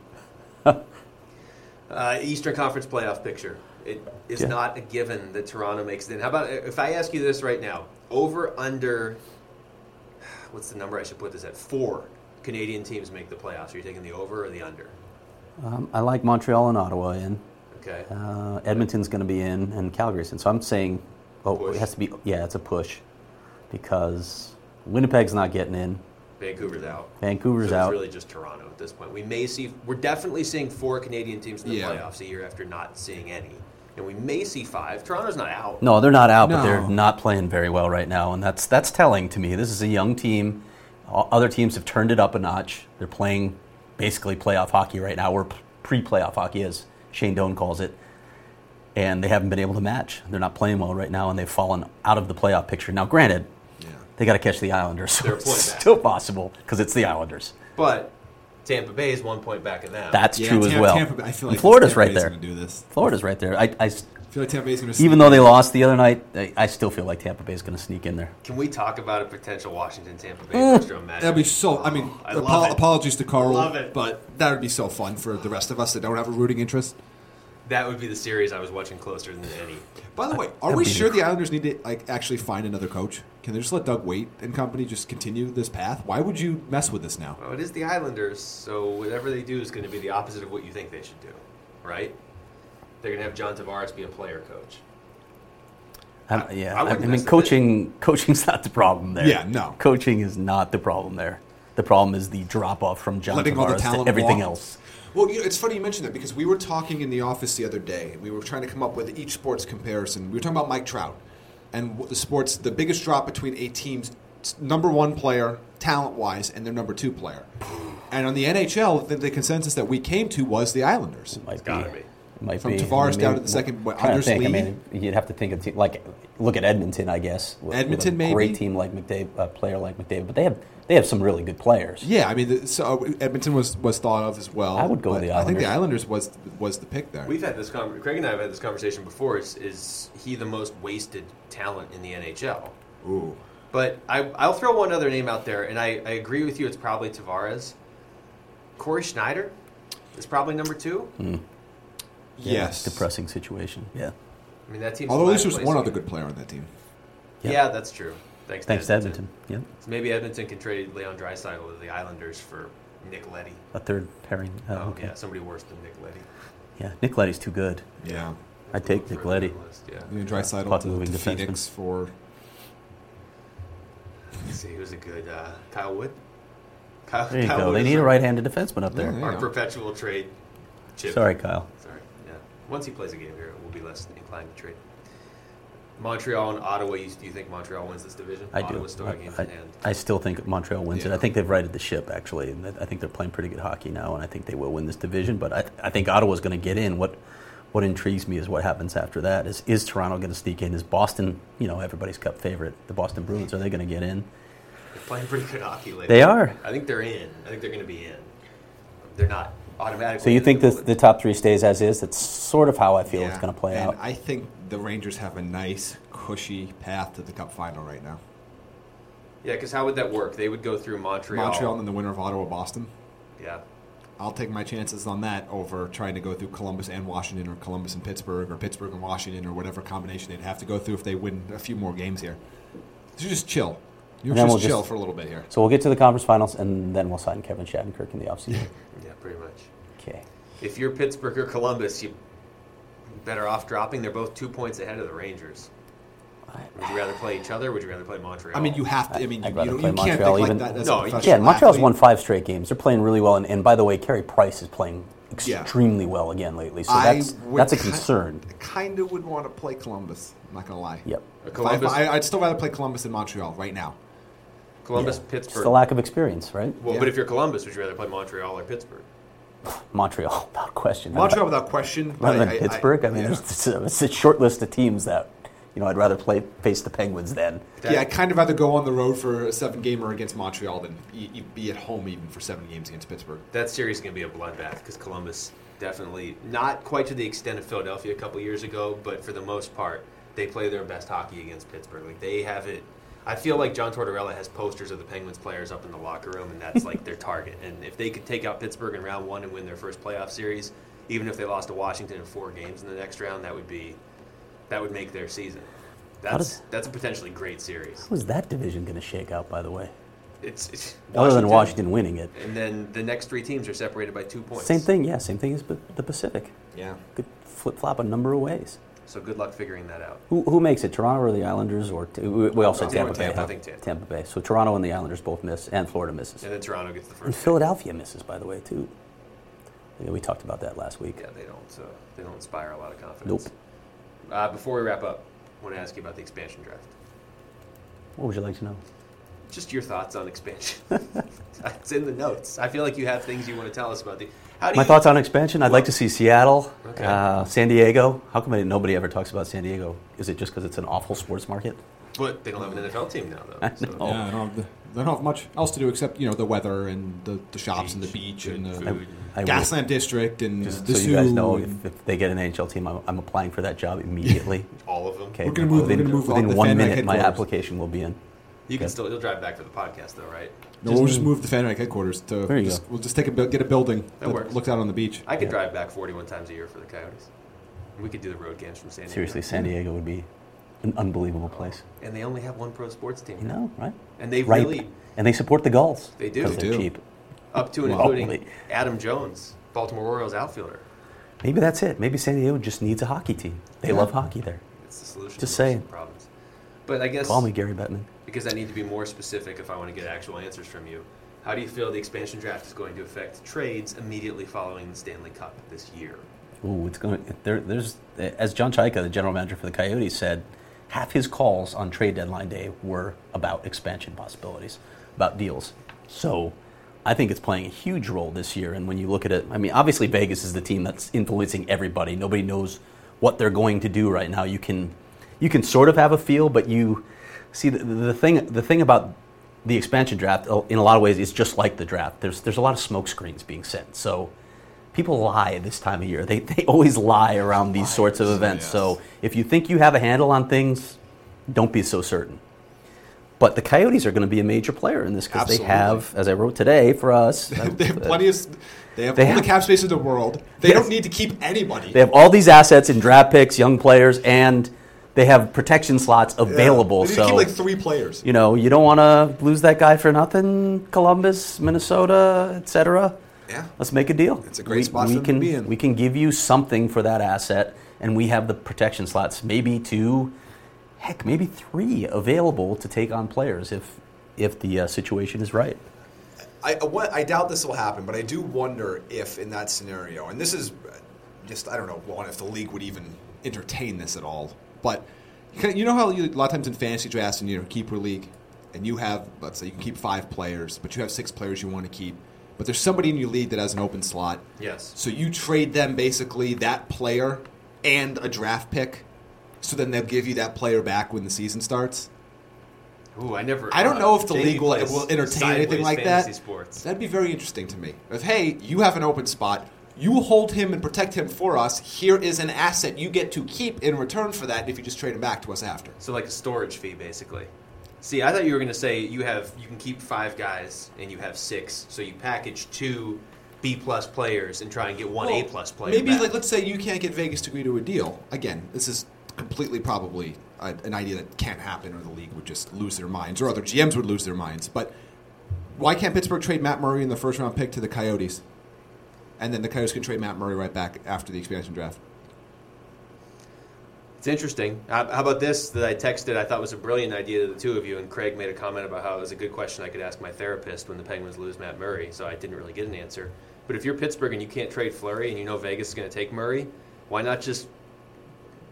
uh, Eastern Conference playoff picture. It is Yeah. not a given that Toronto makes it in. How about uh, if I ask you this right now? Over under. What's the number I should put this at? Four Canadian teams make the playoffs. Are you taking the over or the under? Um, I like Montreal and Ottawa in. Okay. Uh, Edmonton's going to be in, and Calgary's in. So I'm saying, oh, Push. it has to be, yeah, it's a push because Winnipeg's not getting in. Vancouver's out. Vancouver's so it's out. really just Toronto at this point. We may see. We're definitely seeing four Canadian teams in the Yeah. playoffs a year after not seeing any, and we may see five. Toronto's not out. No, they're not out, but No. they're not playing very well right now, and that's that's telling to me. This is a young team. O- Other teams have turned it up a notch. They're playing basically playoff hockey right now, or p- pre-playoff hockey, as Shane Doan calls it. And they haven't been able to match. They're not playing well right now, and they've fallen out of the playoff picture. Now, granted, Yeah. they got to catch the Islanders, so They're a it's point back. still possible because it's the Islanders. But Tampa Bay is one point back of them. That's Yeah, true as Tam- well. Tampa Bay- I feel And like Florida's Tampa right Bay's there. gonna do this. Florida's right there. I, I s- I feel like Tampa Bay's going to. even though they lost the other night, I, I still feel like Tampa Bay's going to sneak in there. Can we talk about a potential Washington Tampa Bay Mm. first round match? that'd be so. I mean, I apo- love it. apologies to Carl, Love it. but that would be so fun for the rest of us that don't have a rooting interest. that would be the series I was watching closer than any. By the way, are that'd we be sure the Islanders need to like actually find another coach? Can they just let Doug Waite and company just continue this path? Why would you mess with this now? Well, Oh, it is the Islanders, so whatever they do is going to be the opposite of what you think they should do, right? They're going to have John Tavares be a player coach. I, don't- yeah, I I, wouldn't mean, miss a coaching coaching's not the problem there. Yeah, no. coaching is not the problem there. The problem is the drop off from John Letting all the Tavares talent to everything walk. else. Well, you know, it's funny you mentioned that because we were talking in the office the other day. We were trying to come up with each sports comparison. We were talking about Mike Trout and what the sports, the biggest drop between a team's number one player, talent wise, and their number two player. And on the NHL, the, the consensus that we came to was the Islanders. Might it's gotta be. Might From be. Tavares I mean, down to the second- what, trying to Anders think. I Lee? mean, you'd have to think of te- like look at Edmonton, I guess. with- with a Edmonton, maybe? great team like McDavid, a player like McDavid, but they have they have some really good players. Yeah, I mean, the, so uh, Edmonton was, was thought of as well. I would go with but the I think the Islanders. Islanders was was the pick there. We've had this con- Craig and I have had this conversation before. Is, is he the most wasted talent in the NHL? Ooh, But I, I'll throw one other name out there, and I, I agree with you. It's probably Tavares. Corey Schneider is probably number two. Hmm. yes, depressing situation. Yeah, I mean, that team's Although at out least of there's one place. other good player on that team. Yeah, Yeah. that's true. Thanks, thanks to to Edmonton. Yeah, So maybe Edmonton can trade Leon Draisaitl to the Islanders for Nick Letty. a third pairing. Oh, Oh, okay. yeah, somebody worse than Nick Letty. Yeah, Nick Letty's too good. Yeah, I take Nick Letty. Yeah. you know, Drysaitel to, Puck-moving to defenseman. Phoenix for Let's see, who's a good uh, Kyle Wood? Kyle, There you Kyle go. Wood They is need a our- right-handed defenseman up there. Yeah, Our perpetual trade. Chip. Sorry, Kyle. Sorry. Yeah. Once he plays a game here, we'll be less inclined to trade. Montreal and Ottawa. You, do you think Montreal wins this division? I do. Ottawa's still I, got games I- in hand. I still think Montreal wins it. Yeah. I think they've righted the ship, actually. And I think they're playing pretty good hockey now, and I think they will win this division. But I, I think Ottawa's going to get in. What what intrigues me is what happens after that. Is, is Toronto going to sneak in? Is Boston, you know, everybody's cup favorite, the Boston Bruins, are they going to get in? They're playing pretty good hockey lately. They are. I think they're in. I think they're going to be in. They're not automatically. So you in think the- the, the top three stays as is? That's sort of how I feel it's Yeah. going to play and out. I think the Rangers have a nice, cushy path to the Cup final right now. Yeah, because how would that work? They would go through Montreal. Montreal and then the winner of Ottawa, Boston. Yeah. I'll take my chances on that over trying to go through Columbus and Washington, or Columbus and Pittsburgh, or Pittsburgh and Washington, or whatever combination they'd have to go through if they win a few more games here. So just chill. You're and then just we'll chill just for a little bit here. so we'll get to the conference finals, and then we'll sign Kevin Shattenkirk in the offseason. Yeah, pretty much. okay. If you're Pittsburgh or Columbus, you better off dropping. They're both two points ahead of the Rangers. Would you rather play each other? Would you rather play Montreal? I mean, you have to. I mean, I'd you, rather you, play you can't Montreal think like even- that. As No, a you professional Yeah, and Montreal's athlete. won five straight games. They're playing really well, and, and by the way, Carey Price is playing Yeah. extremely well again lately. So I that's would that's a ki- concern. I kind of would want to play Columbus. I'm not gonna lie. Yep. Uh, If I- Columbus, I, would still rather play Columbus than Montreal right now. Columbus, Just Pittsburgh. the lack of experience, right? well, Yeah. but if you're Columbus, would you rather play Montreal or Pittsburgh? Montreal, without question. Montreal without question. but rather than I- I- Pittsburgh. I, mean, yeah. it's, it's a short list of teams that you know I'd rather play face the Penguins than. yeah, I kind of rather go on the road for a seven gamer against Montreal than e- e- be at home even for seven games against Pittsburgh. That series is going to be a bloodbath because Columbus definitely not quite to the extent of Philadelphia a couple years ago, but for the most part, they play their best hockey against Pittsburgh. Like they have it. I feel like John Tortorella has posters of the Penguins players up in the locker room, and that's like their target. And if they could take out Pittsburgh in round one and win their first playoff series, even if they lost to Washington in four games in the next round, that would be that would make their season. That's does- that's a potentially great series. How is that division going to shake out? By the way, It's, it's other than Washington winning it, and then the next three teams are separated by two points. same thing. Yeah, same thing as p- the Pacific. Yeah. Could flip flop a number of ways. So good luck figuring that out. Who, who makes it? Toronto or the Islanders? Or t- we we all said Tampa Toronto, Bay. Tampa, huh? I think Tampa. Tampa Bay. So Toronto and the Islanders both miss, and Florida misses, And then Toronto gets the and first. pick. Philadelphia misses. By the way, too. Yeah, we talked about that last week. Yeah, they don't. Uh, they don't inspire a lot of confidence. Nope. Uh, before we wrap up, I want to ask you about the expansion draft. What would you like to know? Just your thoughts on expansion. it's in the notes. I feel like you have things you want to tell us about the. How do My you, thoughts on expansion? I'd like to see Seattle, Okay. uh, San Diego. How come nobody ever talks about San Diego? Is it just because it's an awful sports market? But they don't have an NFL team now, though. I know. Yeah, I don't, have the, they don't have much else to do except you know the weather and the, the shops and the beach and good the food. I will- Gaslamp District and just the so zoo. you guys know, and- if, if they get an NHL team, I'm, I'm applying for that job immediately. All of them. Okay, We're gonna move- we're Within, gonna move all within the one Fanrag minute, my headquarters. application will be in. You can Okay. still. You'll drive back for the podcast, though, right? no, we'll just move the Fanrag headquarters to. There you just- go. We'll just take a bu- get a building that, works. looks out on the beach. I could drive back 41 times a year for the Coyotes. We could do the road games from San Diego. Seriously, San Diego would be an unbelievable place. And they only have one pro sports team. You know, right? And they Right. really And they support the Gulls. They do. 'cause They they're do. cheap. up to and Well, including they- Adam Jones, Baltimore Orioles outfielder. Maybe that's it. Maybe San Diego just needs a hockey team. They love hockey there. It's the solution. Just to most saying. Problems. But I guess Call me Gary Bettman. because I need to be more specific if I want to get actual answers from you. How do you feel the expansion draft is going to affect trades immediately following the Stanley Cup this year? Ooh, it's going. There, there's as John Chaika, the general manager for the Coyotes, said, half his calls on trade deadline day were about expansion possibilities, about deals. So, I think it's playing a huge role this year. And when you look at it, I mean, obviously Vegas is the team that's influencing everybody. Nobody knows what they're going to do right now. You can, you can sort of have a feel, but you see the, the thing. The thing about the expansion draft, uh, in a lot of ways, is just like the draft. There's there's a lot of smoke screens being sent. So. People lie this time of year. They, they always lie around these sorts of events. So if you think you have a handle on things, don't be so certain. But the Coyotes are going to be a major player in this because they Absolutely. have, as I wrote today for us, uh, They have plenty of. s- They have They all have- the cap space in the world. They Yes. don't need to keep anybody. they have all these assets in draft picks, young players, and they have protection slots available. They need to so keep like three players. you know you don't want to lose that guy for nothing. Columbus, Minnesota, etc. Yeah. Let's make a deal. It's a great spot for them to can, be in. We can give you something for that asset, and we have the protection slots, maybe two, heck, maybe three available to take on players if if the uh, situation is right. I, uh, I wa- I doubt this will happen, but I do wonder if in that scenario, and this is uh, just I don't know, one if the league would even entertain this at all. But You kinda- you know how you, a lot of times in fantasy drafts and you know keeper league, and you have let's say you can keep five players, but you have six players you want to keep, but there's somebody in your league that has an open slot. Yes. So you trade them basically that player and a draft pick, so then they'll give you that player back when the season starts. Ooh, I never. I don't uh, know if the JD league will, plays will entertain sideways anything like fantasy that. Sports. That'd be very interesting to me. If hey, you have an open spot, you hold him and protect him for us. Here is an asset you get to keep in return for that if you just trade him back to us after. So like a storage fee, basically. See, I thought you were going to say you have you can keep five guys and you have six, so you package two B plus players and try and get one Well, A plus player. Maybe back. like let's say you can't get Vegas to agree to a deal. Again, this is completely probably a, an idea that can't happen, or the league would just lose their minds, or other GMs would lose their minds. But why can't Pittsburgh trade Matt Murray in the first round pick to the Coyotes, and then the Coyotes can trade Matt Murray right back after the expansion draft? It's interesting. How how about this that I texted? I thought was a brilliant idea to the two of you, and Craig made a comment about how it was a good question I could ask my therapist when the Penguins lose Matt Murray. So I didn't really get an answer. But if you're Pittsburgh and you can't trade Flurry, and you know Vegas is going to take Murray, why not just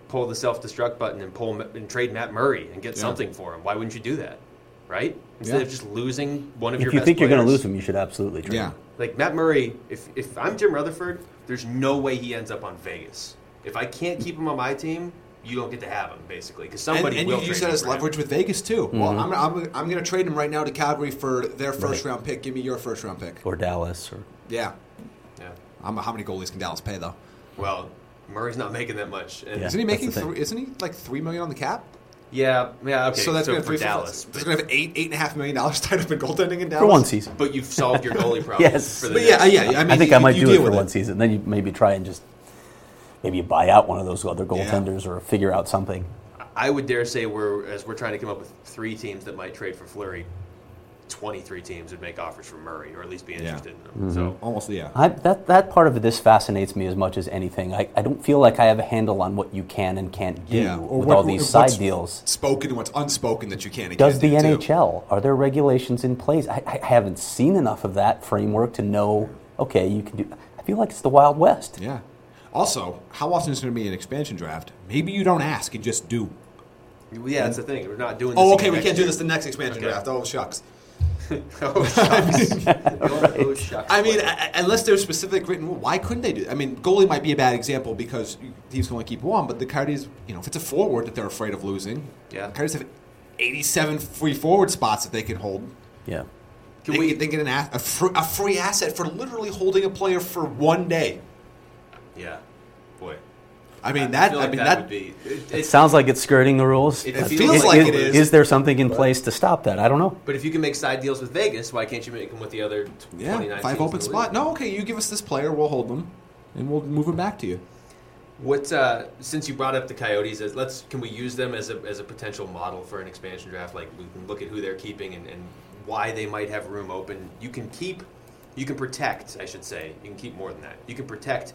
pull the self-destruct button and pull and trade Matt Murray and get Yeah. something for him? Why wouldn't you do that, right? Instead Yeah. of just losing one of If your. you best think you're going to players. lose him, you should absolutely trade. Yeah, him. Like Matt Murray, if if I'm Jim Rutherford, there's no way he ends up on Vegas. If I can't keep him on my team, you don't get to have him basically because and, somebody and will you use trade that him as for him. leverage with Vegas too. Mm-hmm. Well, I'm, I'm, I'm going to trade him right now to Calgary for their first round pick. Give me your first round pick. or Dallas, or Yeah, Yeah. I'm, how many goalies can Dallas pay though? Well, Murray's not making that much. And Yeah. yeah. Isn't he that's making? the thing. Three, isn't he like three million on the cap? yeah, Okay. so that's going to for three Dallas, He's but, going to have eight, eight and a half million dollars tied up in goaltending in Dallas for one season. but you've solved your goalie problem. Yes. for the But yeah, next- yeah, yeah, I mean, I think you- I might you do it deal for with one season. Then you maybe try and just maybe you buy out one of those other Yeah. goaltenders or figure out something. I would dare say we're as we're trying to come up with three teams that might trade for Flurry. Twenty-three teams would make offers for Murray, or at least be interested in Mm-hmm. him. So Almost, yeah. I, that that part of this fascinates me as much as anything. I, I don't feel like I have a handle on what you can and can't do Yeah, or with what- all these what's side deals. Spoken and what's unspoken that you can't. and Does can't the do, too. NHL are there regulations in place? I, I haven't seen enough of that framework to know. Okay, you can do. I feel like it's the Wild West. Yeah. Also, how often is going to be an expansion draft? Maybe you don't ask and just do. yeah, that's the thing. We're not doing. This Oh, okay, again we next can't do year. this the next expansion Okay. draft. Oh, shucks. oh, shucks. Oh, shucks. I mean, I, I- unless there's specific written rule, why couldn't they do? That? I mean, goalie might be a bad example because teams can only keep one, but the Coyotes, you know, if it's a forward that they're afraid of losing, Yeah. the Coyotes have 87 free forward spots that they can hold. Yeah. Can they, we- get- they get an a, a, free, a free asset for literally holding a player for one day. yeah, boy. I mean, that. I, feel like mean, that, that. would be. It, it- Sounds like it's skirting the rules. It but feels is- like is, it is. Is there something in place to stop that? I don't know. but if you can make side deals with Vegas, why can't you make them with the other tw- 29 yeah, teams five in open the spot. league? No, okay, you give us this player, we'll hold them, and we'll move him back to you. What uh, since you brought up the Coyotes, as let's can we use them as a as a potential model for an expansion draft? Like we can look at who they're keeping and, and why they might have room open. You can keep, you can protect. I should say you can keep more than that. You can protect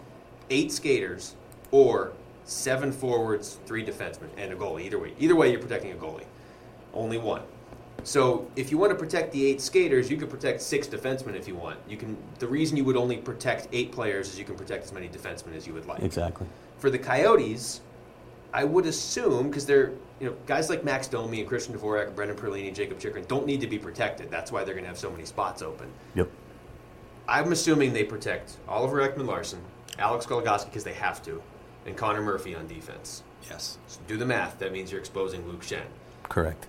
eight skaters or seven forwards, three defensemen, and a goalie. Either way, either way, you're protecting a goalie. Only one. So if you want to protect the eight skaters, you can protect six defensemen if you want. You can. The reason you would only protect eight players is you can protect as many defensemen as you would like Exactly. for the Coyotes, I would assume because they're you know guys like Max Domi and Christian Dvorak, Brendan Perlini, and Jacob Chikrin don't need to be protected. That's why they're going to have so many spots open. Yep. I'm assuming they protect Oliver Ekman Larson, Alex Goligoski because they have to, and Connor Murphy on defense. Yes. So do the math. That means you're exposing Luke Shen. Correct.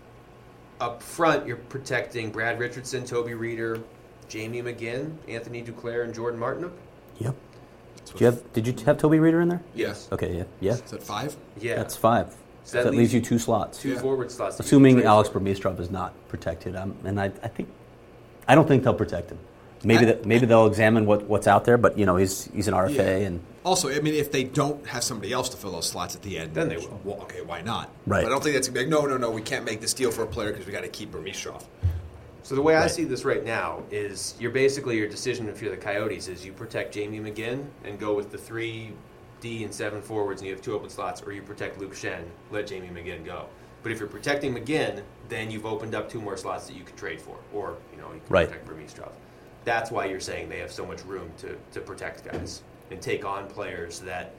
Up front, you're protecting Brad Richardson, Toby Reeder, Jamie McGinn, Anthony Duclair, and Jordan Martinook. Yep. Did you have, did you have Toby Reader in there? Yes. Okay. Yeah. Yeah. Is that five? Yeah. That's five. So that that leaves leaves you two slots. two yeah. forward slots. that you can Assuming trade Alex for. Burmistrov is not protected, um, and I, I think I don't think they'll protect him. Maybe I- that maybe they'll examine what, what's out there, but you know he's he's an RFA, Yeah. and Also, I mean, if they don't have somebody else to fill those slots at the end, Then they will. Well, okay, why not? Right. But I don't think that's gonna be like, no, no, no. We can't make this deal for a player because we got to keep Burmistrov. So the way I Right. see this right now is you're basically your decision if you're the Coyotes is you protect Jamie McGinn and go with the three D and seven forwards and you have two open slots, or you protect Luke Shen, let Jamie McGinn go. But if you're protecting McGinn, then you've opened up two more slots that you can trade for, or you know you can Right. protect Burmistrov. That's why you're saying they have so much room to, to protect guys and take on players that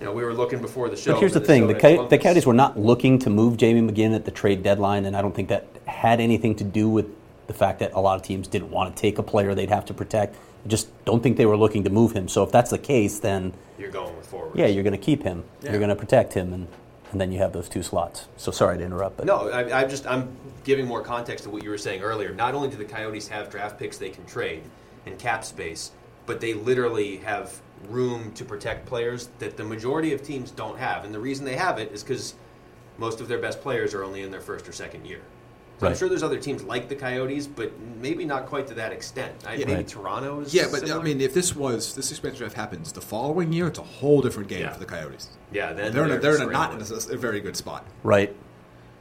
you know we were looking before the show. But here's the thing: the, Minnesota, Coy- the Columbus. Coyotes were not looking to move Jamie McGinn at the trade deadline, and I don't think that had anything to do with the fact that a lot of teams didn't want to take a player they'd have to protect. I just don't think they were looking to move him. So if that's the case, then you're going with forwards. yeah, you're going to keep him, Yeah. you're going to protect him, and, and then you have those two slots. So sorry to interrupt, but No, I, I'm just I'm giving more context to what you were saying earlier. Not only do the Coyotes have draft picks they can trade and cap space, but they literally have room to protect players that the majority of teams don't have. And the reason they have it is because most of their best players are only in their first or second year. So I'm Right. sure there's other teams like the Coyotes, but maybe not quite to that extent. I, maybe Right. Toronto is. Yeah, but similar? I mean, if this was this expansion draft happens the following year, it's a whole different game Yeah. for the Coyotes. yeah, then They're in a, they're in a not in scrambling. a, a very good spot. Right.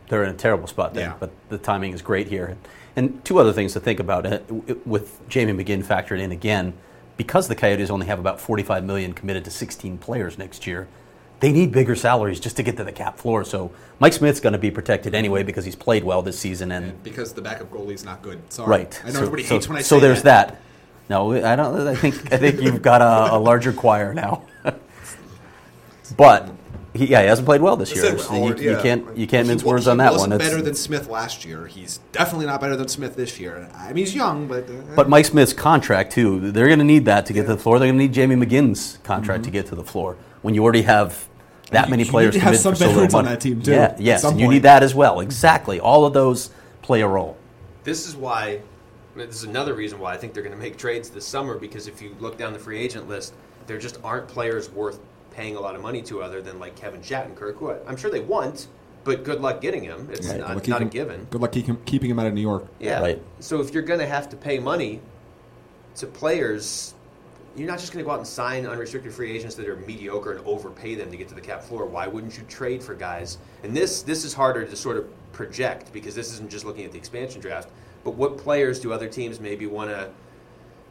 They're in a terrible spot there, Yeah. but the timing is great here. And two other things to think about uh, w- with Jamie McGinn factored in again, because the Coyotes only have about 45 million committed to 16 players next year, they need bigger salaries just to get to the cap floor. So Mike Smith's going to be protected anyway because he's played well this season and And because the backup goalie's not good. Sorry. right. I know everybody hates when I so say there's that. No, I don't. I think I think you've got a, a larger choir now. but he, yeah, he hasn't played well this That's year. it. So you, Or, you yeah. can't you can't He mince wa- words he on that wasn't one. That's- better than Smith last year. He's definitely not better than Smith this year. I mean, he's young, but. Uh, But Mike Smith's contract too. They're going to need that to get to the floor. They're going to need Jamie McGinn's contract to get to the floor. When you already have that Mm-hmm. you- many you need players to have committed some for so veterans little on money. that team, too, Yeah, at yes, some and you point. need that as well. Exactly. All of those play a role. This is why. This is another reason why I think they're going to make trades this summer because if you look down the free agent list, there just aren't players worth paying a lot of money to other than like Kevin Shattenkirk, who I- I'm sure they want, but good luck getting him. It's Right, not, good luck not a keeping- given. Good luck keep him- keeping him out of New York. Yeah. Right. So if you're going to have to pay money to players, you're not just going to go out and sign unrestricted free agents that are mediocre and overpay them to get to the cap floor. Why wouldn't you trade for guys? And this this is harder to sort of project because this isn't just looking at the expansion draft, but what players do other teams maybe want to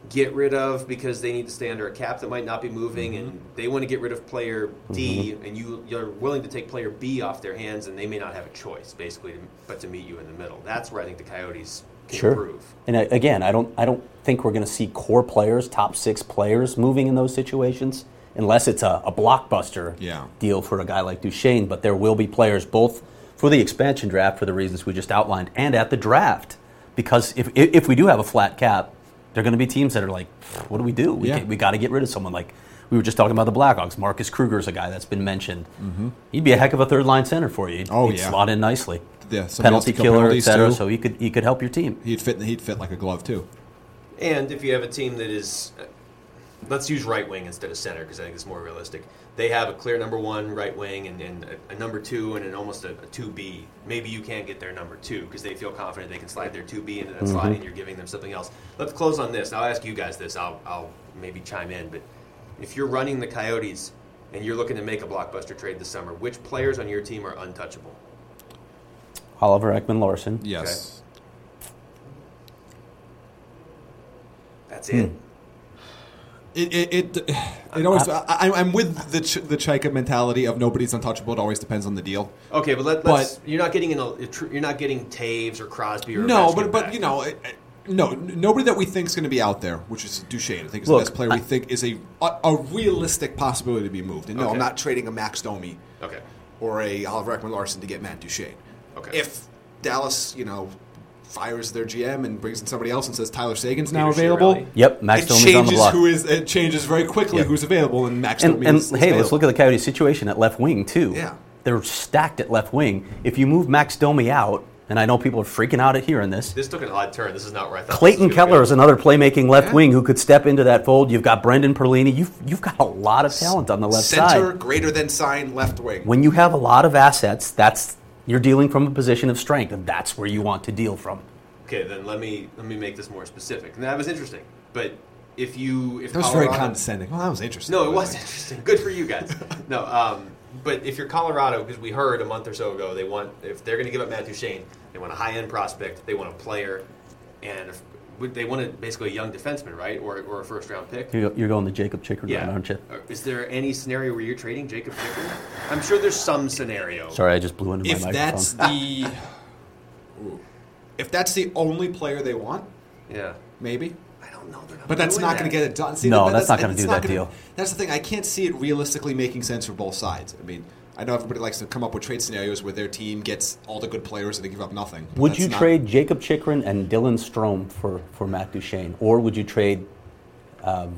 get rid of because they need to stay under a cap that might not be moving and they want to get rid of player D and you you're willing to take player B off their hands and they may not have a choice basically to, but to meet you in the middle. That's where I think the Coyotes can improve. And I, again, I don't, I don't think we're going to see core players, top six players, moving in those situations unless it's a, a blockbuster Yeah. deal for a guy like Duchesne. But there will be players both for the expansion draft for the reasons we just outlined and at the draft because if, if, if we do have a flat cap, there are going to be teams that are like, what do we do? We, Yeah. can't- we got to get rid of someone like. We were just talking about the Blackhawks. Marcus Kruger is a guy that's been mentioned. He'd be a heck of a third line center for you. He'd, Mm-hmm. Oh, he'd yeah. slot in nicely. Yeah, somebody else penalty to kill killer, et penalties, cetera. too. So he could he could help your team. He'd fit, he'd fit like a glove, too. And if you have a team that is, uh, let's use right wing instead of center because I think it's more realistic. They have a clear number one right wing and, and a, a number two and an almost a, a 2B. Maybe you can get their number two because they feel confident they can slide their 2B into that Mm-hmm. slot and you're giving them something else. Let's close on this. I'll ask you guys this. I'll, I'll maybe chime in. But if you're running the Coyotes and you're looking to make a blockbuster trade this summer, which players on your team are untouchable? Oliver Ekman Larson. Yes. That's it. Hmm. It, it, it, it always, I, I, I'm with the, Ch- the Chaika mentality of nobody's untouchable. It always depends on the deal. Okay, but let, But- let's. you're not getting in a, you're not getting Taves or Crosby or No, Ovechkin but but back. you know, I- I- no, n- nobody that we think is going to be out there, which is Duchesne. I think is Look, the best player I- we think is a, a a realistic possibility to be moved. And no, Okay. I'm not trading a Max Domi Okay. or a Oliver Ekman Larson to get Matt Duchesne. Okay. If Dallas, you know, fires their GM and brings in somebody else and says Tyler Sagan's now Peter available, Chiarelli. Yep, Max it Domi's on the changes block. who is it changes very quickly Yep. who's available and Max And, Domi and is, is hey, let's look at the Coyotes' situation at left wing too. Yeah. they're stacked at left wing. If you move Max Domi out, and I know people are freaking out at hearing this, This took an odd turn. This is not where I thought. Clayton this was gonna Keller go. is another playmaking left Yeah. wing who could step into that fold. You've got Brendan Perlini. You've you've got a lot of talent on the left center side. greater than sign left wing. When you have a lot of assets, that's you're dealing from a position of strength, and that's where you want to deal from. Okay, then let me let me make this more specific. And that was interesting. But if you if that was very Colorado- condescending. Well, that was interesting. No, it Really. was interesting. Good for you guys. no, um, but if you're Colorado, because we heard a month or so ago, they want if they're going to give up Matt Duchene, they want a high end prospect, they want a player, and if, would- they wanted basically a young defenseman, right, or, or a first round pick. You're, you're going the Jacob Chikrin, route, aren't you? Or Is there any scenario where you're trading Jacob Pickard? I'm sure there's some scenario. Sorry, I just blew into if my microphone. that's the Ooh. if that's the only player they want, Yeah. maybe. I don't know. They're But that's doing not going that. to get it done. See, No, that- that's not gonna it's do that deal. That's the thing. I can't see it realistically making sense for both sides. I mean, I know everybody likes to come up with trade scenarios where their team gets all the good players and they give up nothing. but Would that's you not- trade Jacob Chikrin and Dylan Strom for, for Matt Duchene, or would you trade um,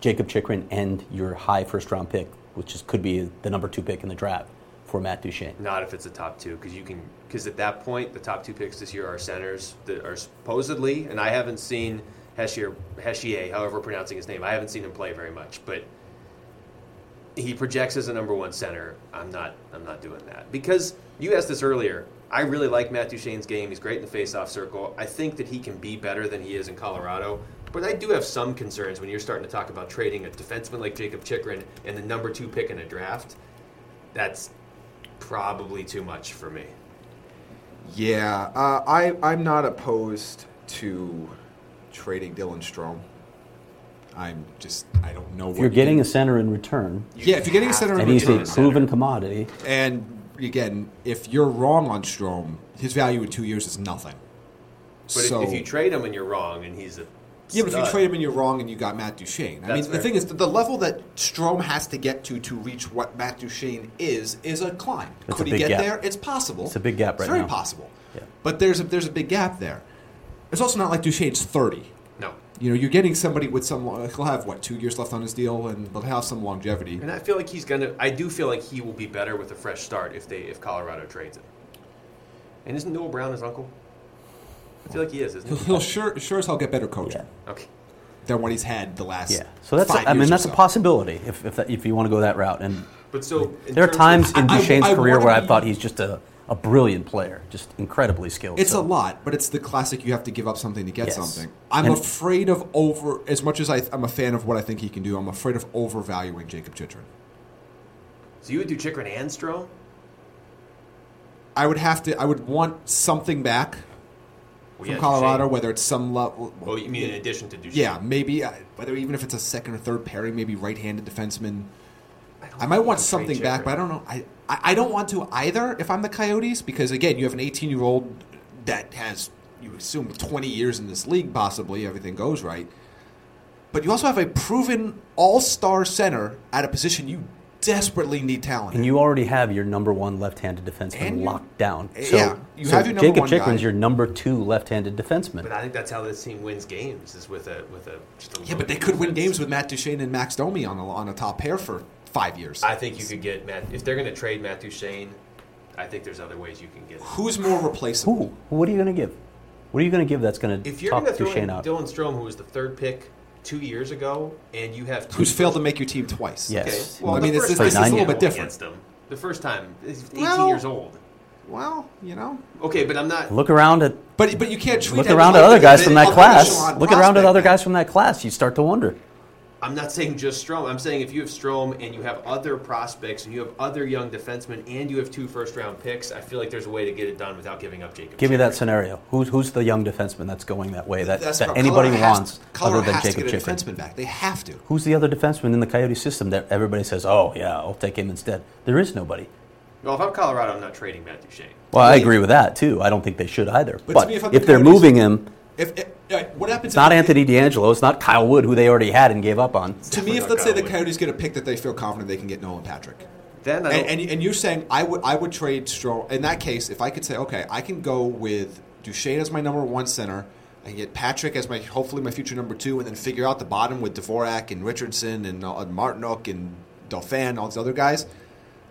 Jacob Chikrin and your high first round pick, which is, could be the number two pick in the draft, for Matt Duchene? Not if it's a top two, because you can. Because at that point, the top two picks this year are centers that are supposedly, and I haven't seen Hessier, Hessier, however we're pronouncing his name, I haven't seen him play very much. But he projects as a number one center. I'm not. I'm not doing that because you asked this earlier. I really like Matt Duchene's game. He's great in the face-off circle. I think that he can be better than he is in Colorado. But I do have some concerns when you're starting to talk about trading a defenseman like Jacob Chikrin and the number two pick in a draft. That's probably too much for me. Yeah, uh, I I'm not opposed to trading Dylan Strom. I'm just I don't know. What If you're you getting do. a center in return, yeah, if you're getting a have center to and in be he's getting a a return, center. proven commodity, and again, if you're wrong on Strom, his value in two years is nothing. But if- so, if, you trade him and you're wrong and he's a yeah, but if you stud, trade him and you're wrong and you got Matt Duchene, I mean, That's the fair. thing is that the level that Strom has to get to to reach what Matt Duchene is is a climb. That's Could a he big get gap. there? It's possible. It's a big gap It's right very now. possible. Yeah. But there's a, there's a big gap there. It's also not like Duchene's thirty. no. You know, you're getting somebody with some. lo- He'll have what two years left on his deal, and he'll have some longevity. And I feel like he's gonna. I do feel like he will be better with a fresh start if they if Colorado trades him. And isn't Newell Brown his uncle? I feel like he is, He'll, isn't he? he'll sure sure as hell get better coaching Okay. than what he's had the last. yeah. So that's five I mean years or that's a so. possibility if if, that, if you want to go that route. And But so in there are terms of- times in I- I- Duchene's I career wanna where I be- thought he's just a, a brilliant player, just incredibly skilled. It's So- a lot, but it's the classic. You have to give up something to get Yes. something. I'm And- afraid of over. As much as I, I'm a fan of what I think he can do, I'm afraid of overvaluing Jacob Chitrin. so you would do Chikrin and Strom. I would have to. I would want something back Well, from yeah, Colorado, Duchesne. whether it's some level. Oh, you mean in addition to Duchesne? Yeah, maybe uh, whether even if it's a second or third pairing, maybe right-handed defenseman. I might want something back, but I don't know. I, I I don't want to either if I'm the Coyotes because again, you have an 18 year old that has you assume 20 years in this league possibly everything goes right, but you also have a proven All Star center at a position you desperately need talent. And in. you already have your number one left-handed defenseman And you- locked down. Eh, So, yeah, you so have your number Jacob one Chikrin's guy. your number two left-handed defenseman. But I think that's how this team wins games is with a with a. Just a yeah, but they could win games with Matt Duchene and Max Domi on a, on a top pair for five years. I think you could get Matt if they're going to trade Matt Duchene. I think there's other ways you can get. Him. Who's more replaceable? Who? What are you going to give? What are you going to give that's going to If you're talk going to throw in Duchesne out? Dylan Strom, who was the third pick two years ago, and you have two Who's failed to make your team twice? Yes. Okay. Yes. Well, I the mean, this, first this, time this is a Nine little years. bit different. against him. The first time, he's 18 Well- years old. Well, you know, Okay, but I'm not. Look around at But but you can't treat look him around like at other guys an from that upper class. echelon Look around at prospect. other guys from that class. You start to wonder. I'm not saying just Strom. I'm saying if you have Strom and you have other prospects and you have other young defensemen and you have two first round picks, I feel like there's a way to get it done without giving up Jacob. Give me Chikrin. that scenario. Who's who's the young defenseman that's going that way that, That's that what anybody Colorado has- wants Colorado other than has Jacob to get a Chikrin? defenseman back. They have to. Who's the other defenseman in the Coyote system that everybody says, "Oh yeah, I'll take him instead"? There is nobody. Well, if I'm Colorado, I'm not trading Matt Duchene. Well, I Right. agree with that too. I don't think they should either. But to But, me, if I'm if, the they're Coyotes- moving him, If, if all right, what happens? it's not if, Anthony D'Angelo. It's not Kyle Wood, who they already had and gave up on. To me, Definitely if not let's say the Kyle Wood. Coyotes get a pick that they feel confident they can get Nolan Patrick, Then I don't, and, and, and you're saying I would I would trade Strom. In that case, if I could say okay, I can go with Duchesne as my number one center. I can get Patrick as my hopefully my future number two, and then figure out the bottom with Dvorak and Richardson and uh, Martinook and Dauphin, all these other guys.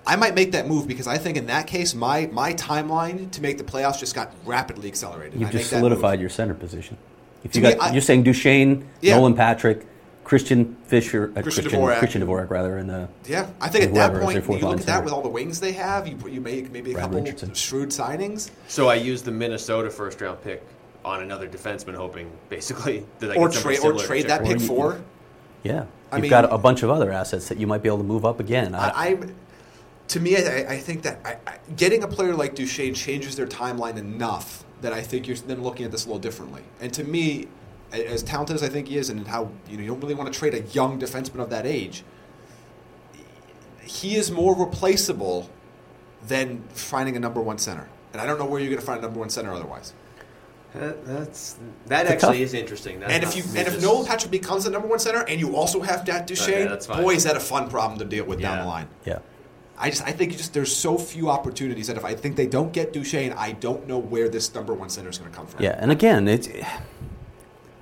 I might make that move because I think in that case my my timeline to make the playoffs just got rapidly accelerated. You've I just make that move. solidified your center position. If To you me, got, I- you're saying Duchesne, Yeah. Nolan Patrick, Christian Fisher, uh, Christian Christian, Dvorak. Dvorak. Christian Dvorak, rather, and uh, Yeah, I think at Whoever that is point, their you fourth look line at that center. with all the wings they have. You put- you make maybe a Brad couple Richardson. shrewd signings, so I use the Minnesota first round pick on another defenseman, hoping basically that I or get somebody trade or similar to trade that Chikrin. pick you- for. yeah, you've I mean- got a bunch of other assets that you might be able to move up again. I, I, I'm to me, I, I think that I, I, getting a player like Duchesne changes their timeline enough that I think you're then looking at this a little differently. And to me, a- as talented as I think he is, and how you know you don't really want to trade a young defenseman of that age, he is more replaceable than finding a number one center. And I don't know where you're going to find a number one center otherwise. That- that's that It's a actually tough- is interesting. That's and not if you me and if just- Nolan Patrick becomes the number one center, and you also have that Duchesne, Okay, that's fine. boy, is that a fun problem to deal with down Yeah. the line. yeah, I just I think you just there's so few opportunities that if I think they don't get Duchesne, I don't know where this number one center is going to come from. yeah, and again, it's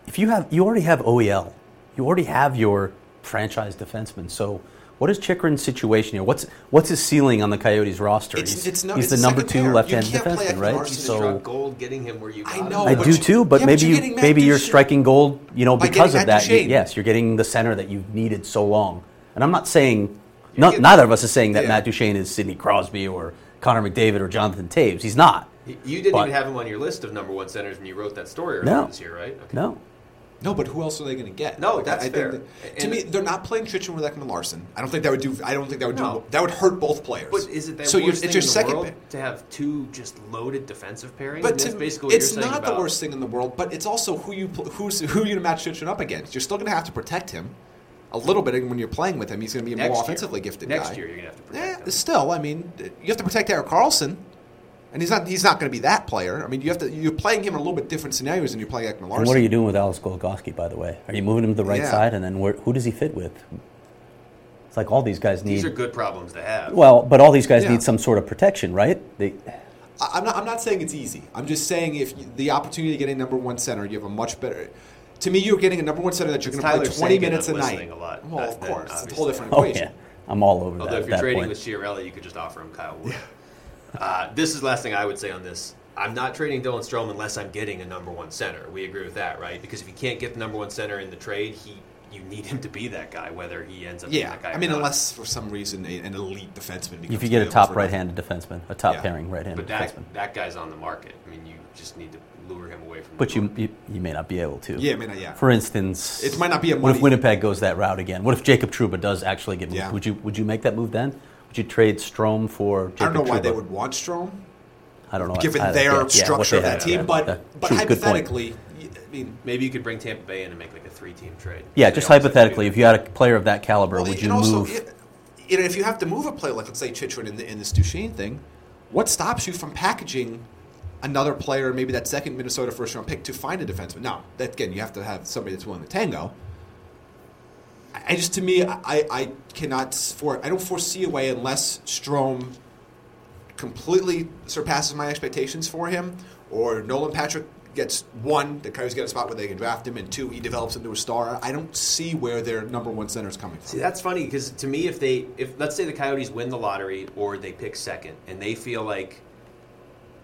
if you have you already have OEL, you already have your franchise defenseman. So, what is Chikrin's situation here? What's what's his ceiling on the Coyotes roster? It's- he's it's no- he's it's the the number second two pair. You left-handed can't play defenseman, Ekman right? Larson You struck and So. gold getting him where you. I got him. know, I Oh, but do you- too, but yeah, but maybe you're you, getting Matt maybe you're Duchene. striking gold, you know, By because getting of Matt that. You- Duchene. yes, you're getting the center that you've needed so long. And I'm not saying No, get- neither of us is saying that Yeah. Matt Duchene is Sidney Crosby or Connor McDavid or Jonathan Taves. He's not. You you didn't But- even have him on your list of number one centers when you wrote that story earlier No. this year, right? Okay. No. No, but who else are they going to get? No, Like, that's I, I think fair. that- to And- me, they're not playing Trichin with Ekman Larson. I don't think that would do. I don't think that would No. do. That would hurt both players. But is it that so worst you're, thing it's your in the second world pick. to have two just loaded defensive pairings? But That's to- basically what it's you're saying not about- the worst thing in the world. But it's also who you pl- who's who you match Trichin up against. You're still going to have to protect him a little bit. And when you're playing with him, he's going to be a Next more year. offensively gifted Next guy. year, you're gonna have to protect Yeah, him. Eh, still, I mean, you have to protect Eric Carlson, and he's not he's not going to be that player. I mean, you have to you're playing him in a little bit different scenarios than you're playing Ekman Larson. And what are you doing with Alex Goligoski, by the way? Are you moving him to the right Yeah. side, and then where, who does he fit with? It's like all these guys need. These are good problems to have. well, but all these guys Yeah. need some sort of protection, right? They, I- I'm not. I'm not saying it's easy. I'm just saying if you, the opportunity to get a number one center, you have a much better. To me, you're getting a number one center that you're going to play Tyler 20 Seguin, minutes a I'm night. listening a lot. Well, of That- that course, it's a whole obviously. different oh equation. yeah, I'm all over Although that. if at you're that trading point. with Chiarelli, you could just offer him Kyle Wood. Uh, this is the last thing I would say on this. I'm not trading Dylan Strom unless I'm getting a number one center. We agree with that, right? Because if you can't get the number one center in the trade, he you need him to be that guy, whether he ends up being Yeah, that guy. I or mean, not. unless for some reason a, an elite defenseman. Becomes if you get a available top for- right-handed defenseman, a top Yeah. pairing right-handed but that defenseman, that guy's on the market. I mean, you just need to lure him away from. but the you, you you may not be able to. Yeah, I mean, yeah. For instance, It might not be a What if money- Winnipeg goes that route again? What if Jacob Truba does actually get moved? Yeah. Would you would you make that move then? Would you trade Strom for Jacob I don't know why Trouba? they would want Strom, I don't know. given I- I- yeah, their yeah, what structure they of that have, team. yeah. But Yeah. but True, good point. hypothetically, y- I mean, Maybe you could bring Tampa Bay in and make like a three-team trade. Yeah, They just always have to do hypothetically, that. if you had a player of that caliber, Well, would and you also, move? it- you know, if you have to move a player, like let's say Chitrin in, the, in this Duchesne thing, what stops you from packaging another player, maybe that second Minnesota first round pick, to find a defenseman? Now, that, again, you have to have somebody that's willing to tango. I I just, to me, I, I- I cannot for I don't foresee a way unless Strom completely surpasses my expectations for him, or Nolan Patrick gets one, the Coyotes get a spot where they can draft him, and two, he develops into a star. I don't see where their number one center is coming from. See, that's funny because to me, if they, if let's say the Coyotes win the lottery or they pick second, and they feel like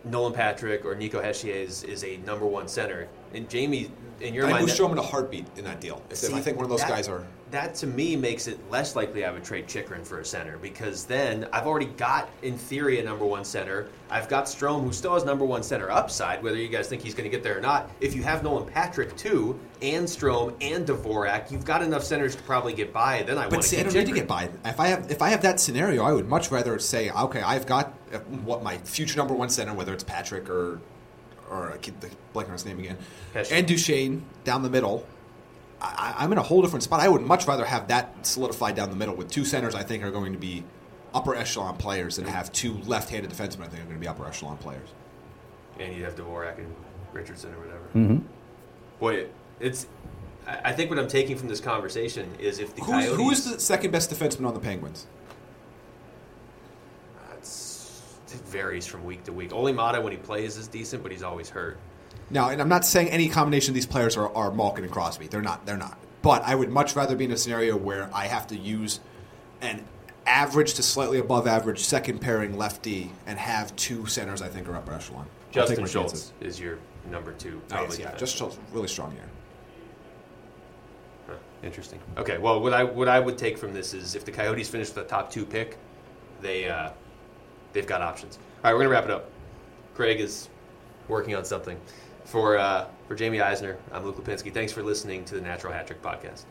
Nolan Patrick or Nico Heschier is, is a number one center, and Jamie, in your I mind, would that- show him in a heartbeat in that deal. If- if I See, think one of those that- guys are. That to me makes it less likely I would trade Chikrin for a center because then I've already got, in theory, a number one center. I've got Strom, who still has number one center upside, whether you guys think he's going to get there or not. If you have Nolan Patrick too, and Strom and Dvorak, you've got enough centers to probably get by. Then I But want see, I keep don't need to Chikrin. get by. If I have if I have that scenario, I would much rather say, okay, I've got uh, what my future number one center, whether it's Patrick or or I keep the blanking on his name again, Pesci. and Duchesne down the middle. I, I- I'm in a whole different spot. I would much rather have that solidified down the middle with two centers. I think are going to be upper echelon players than have two left-handed defensemen. I think are going to be upper echelon players. and you have Dvorak and Richardson or whatever. Mm-hmm. Boy, it's. I I think what I'm taking from this conversation is if the Who's, Coyotes, who is the second best defenseman on the Penguins? That's- it varies from week to week. Olimata when he plays is decent, but he's always hurt. Now, and I'm not saying any combination of these players are, are Malkin and Crosby. They're not. They're not. But I would much rather be in a scenario where I have to use an average to slightly above average second pairing lefty and have two centers I think are upper echelon. I'll take Justin my Schultz chances. is your number two. Oh, yes, probably yeah, defenseman. Justin Schultz, really strong year. Huh, Interesting. Okay, well, what I what I would take from this is if the Coyotes finish with a top two pick, they uh, they've got options. All right, we're gonna wrap it up. Craig is working on something for uh, for Jamie Eisner. I'm Luke Lipinski. Thanks for listening to the Natural Hat Trick Podcast.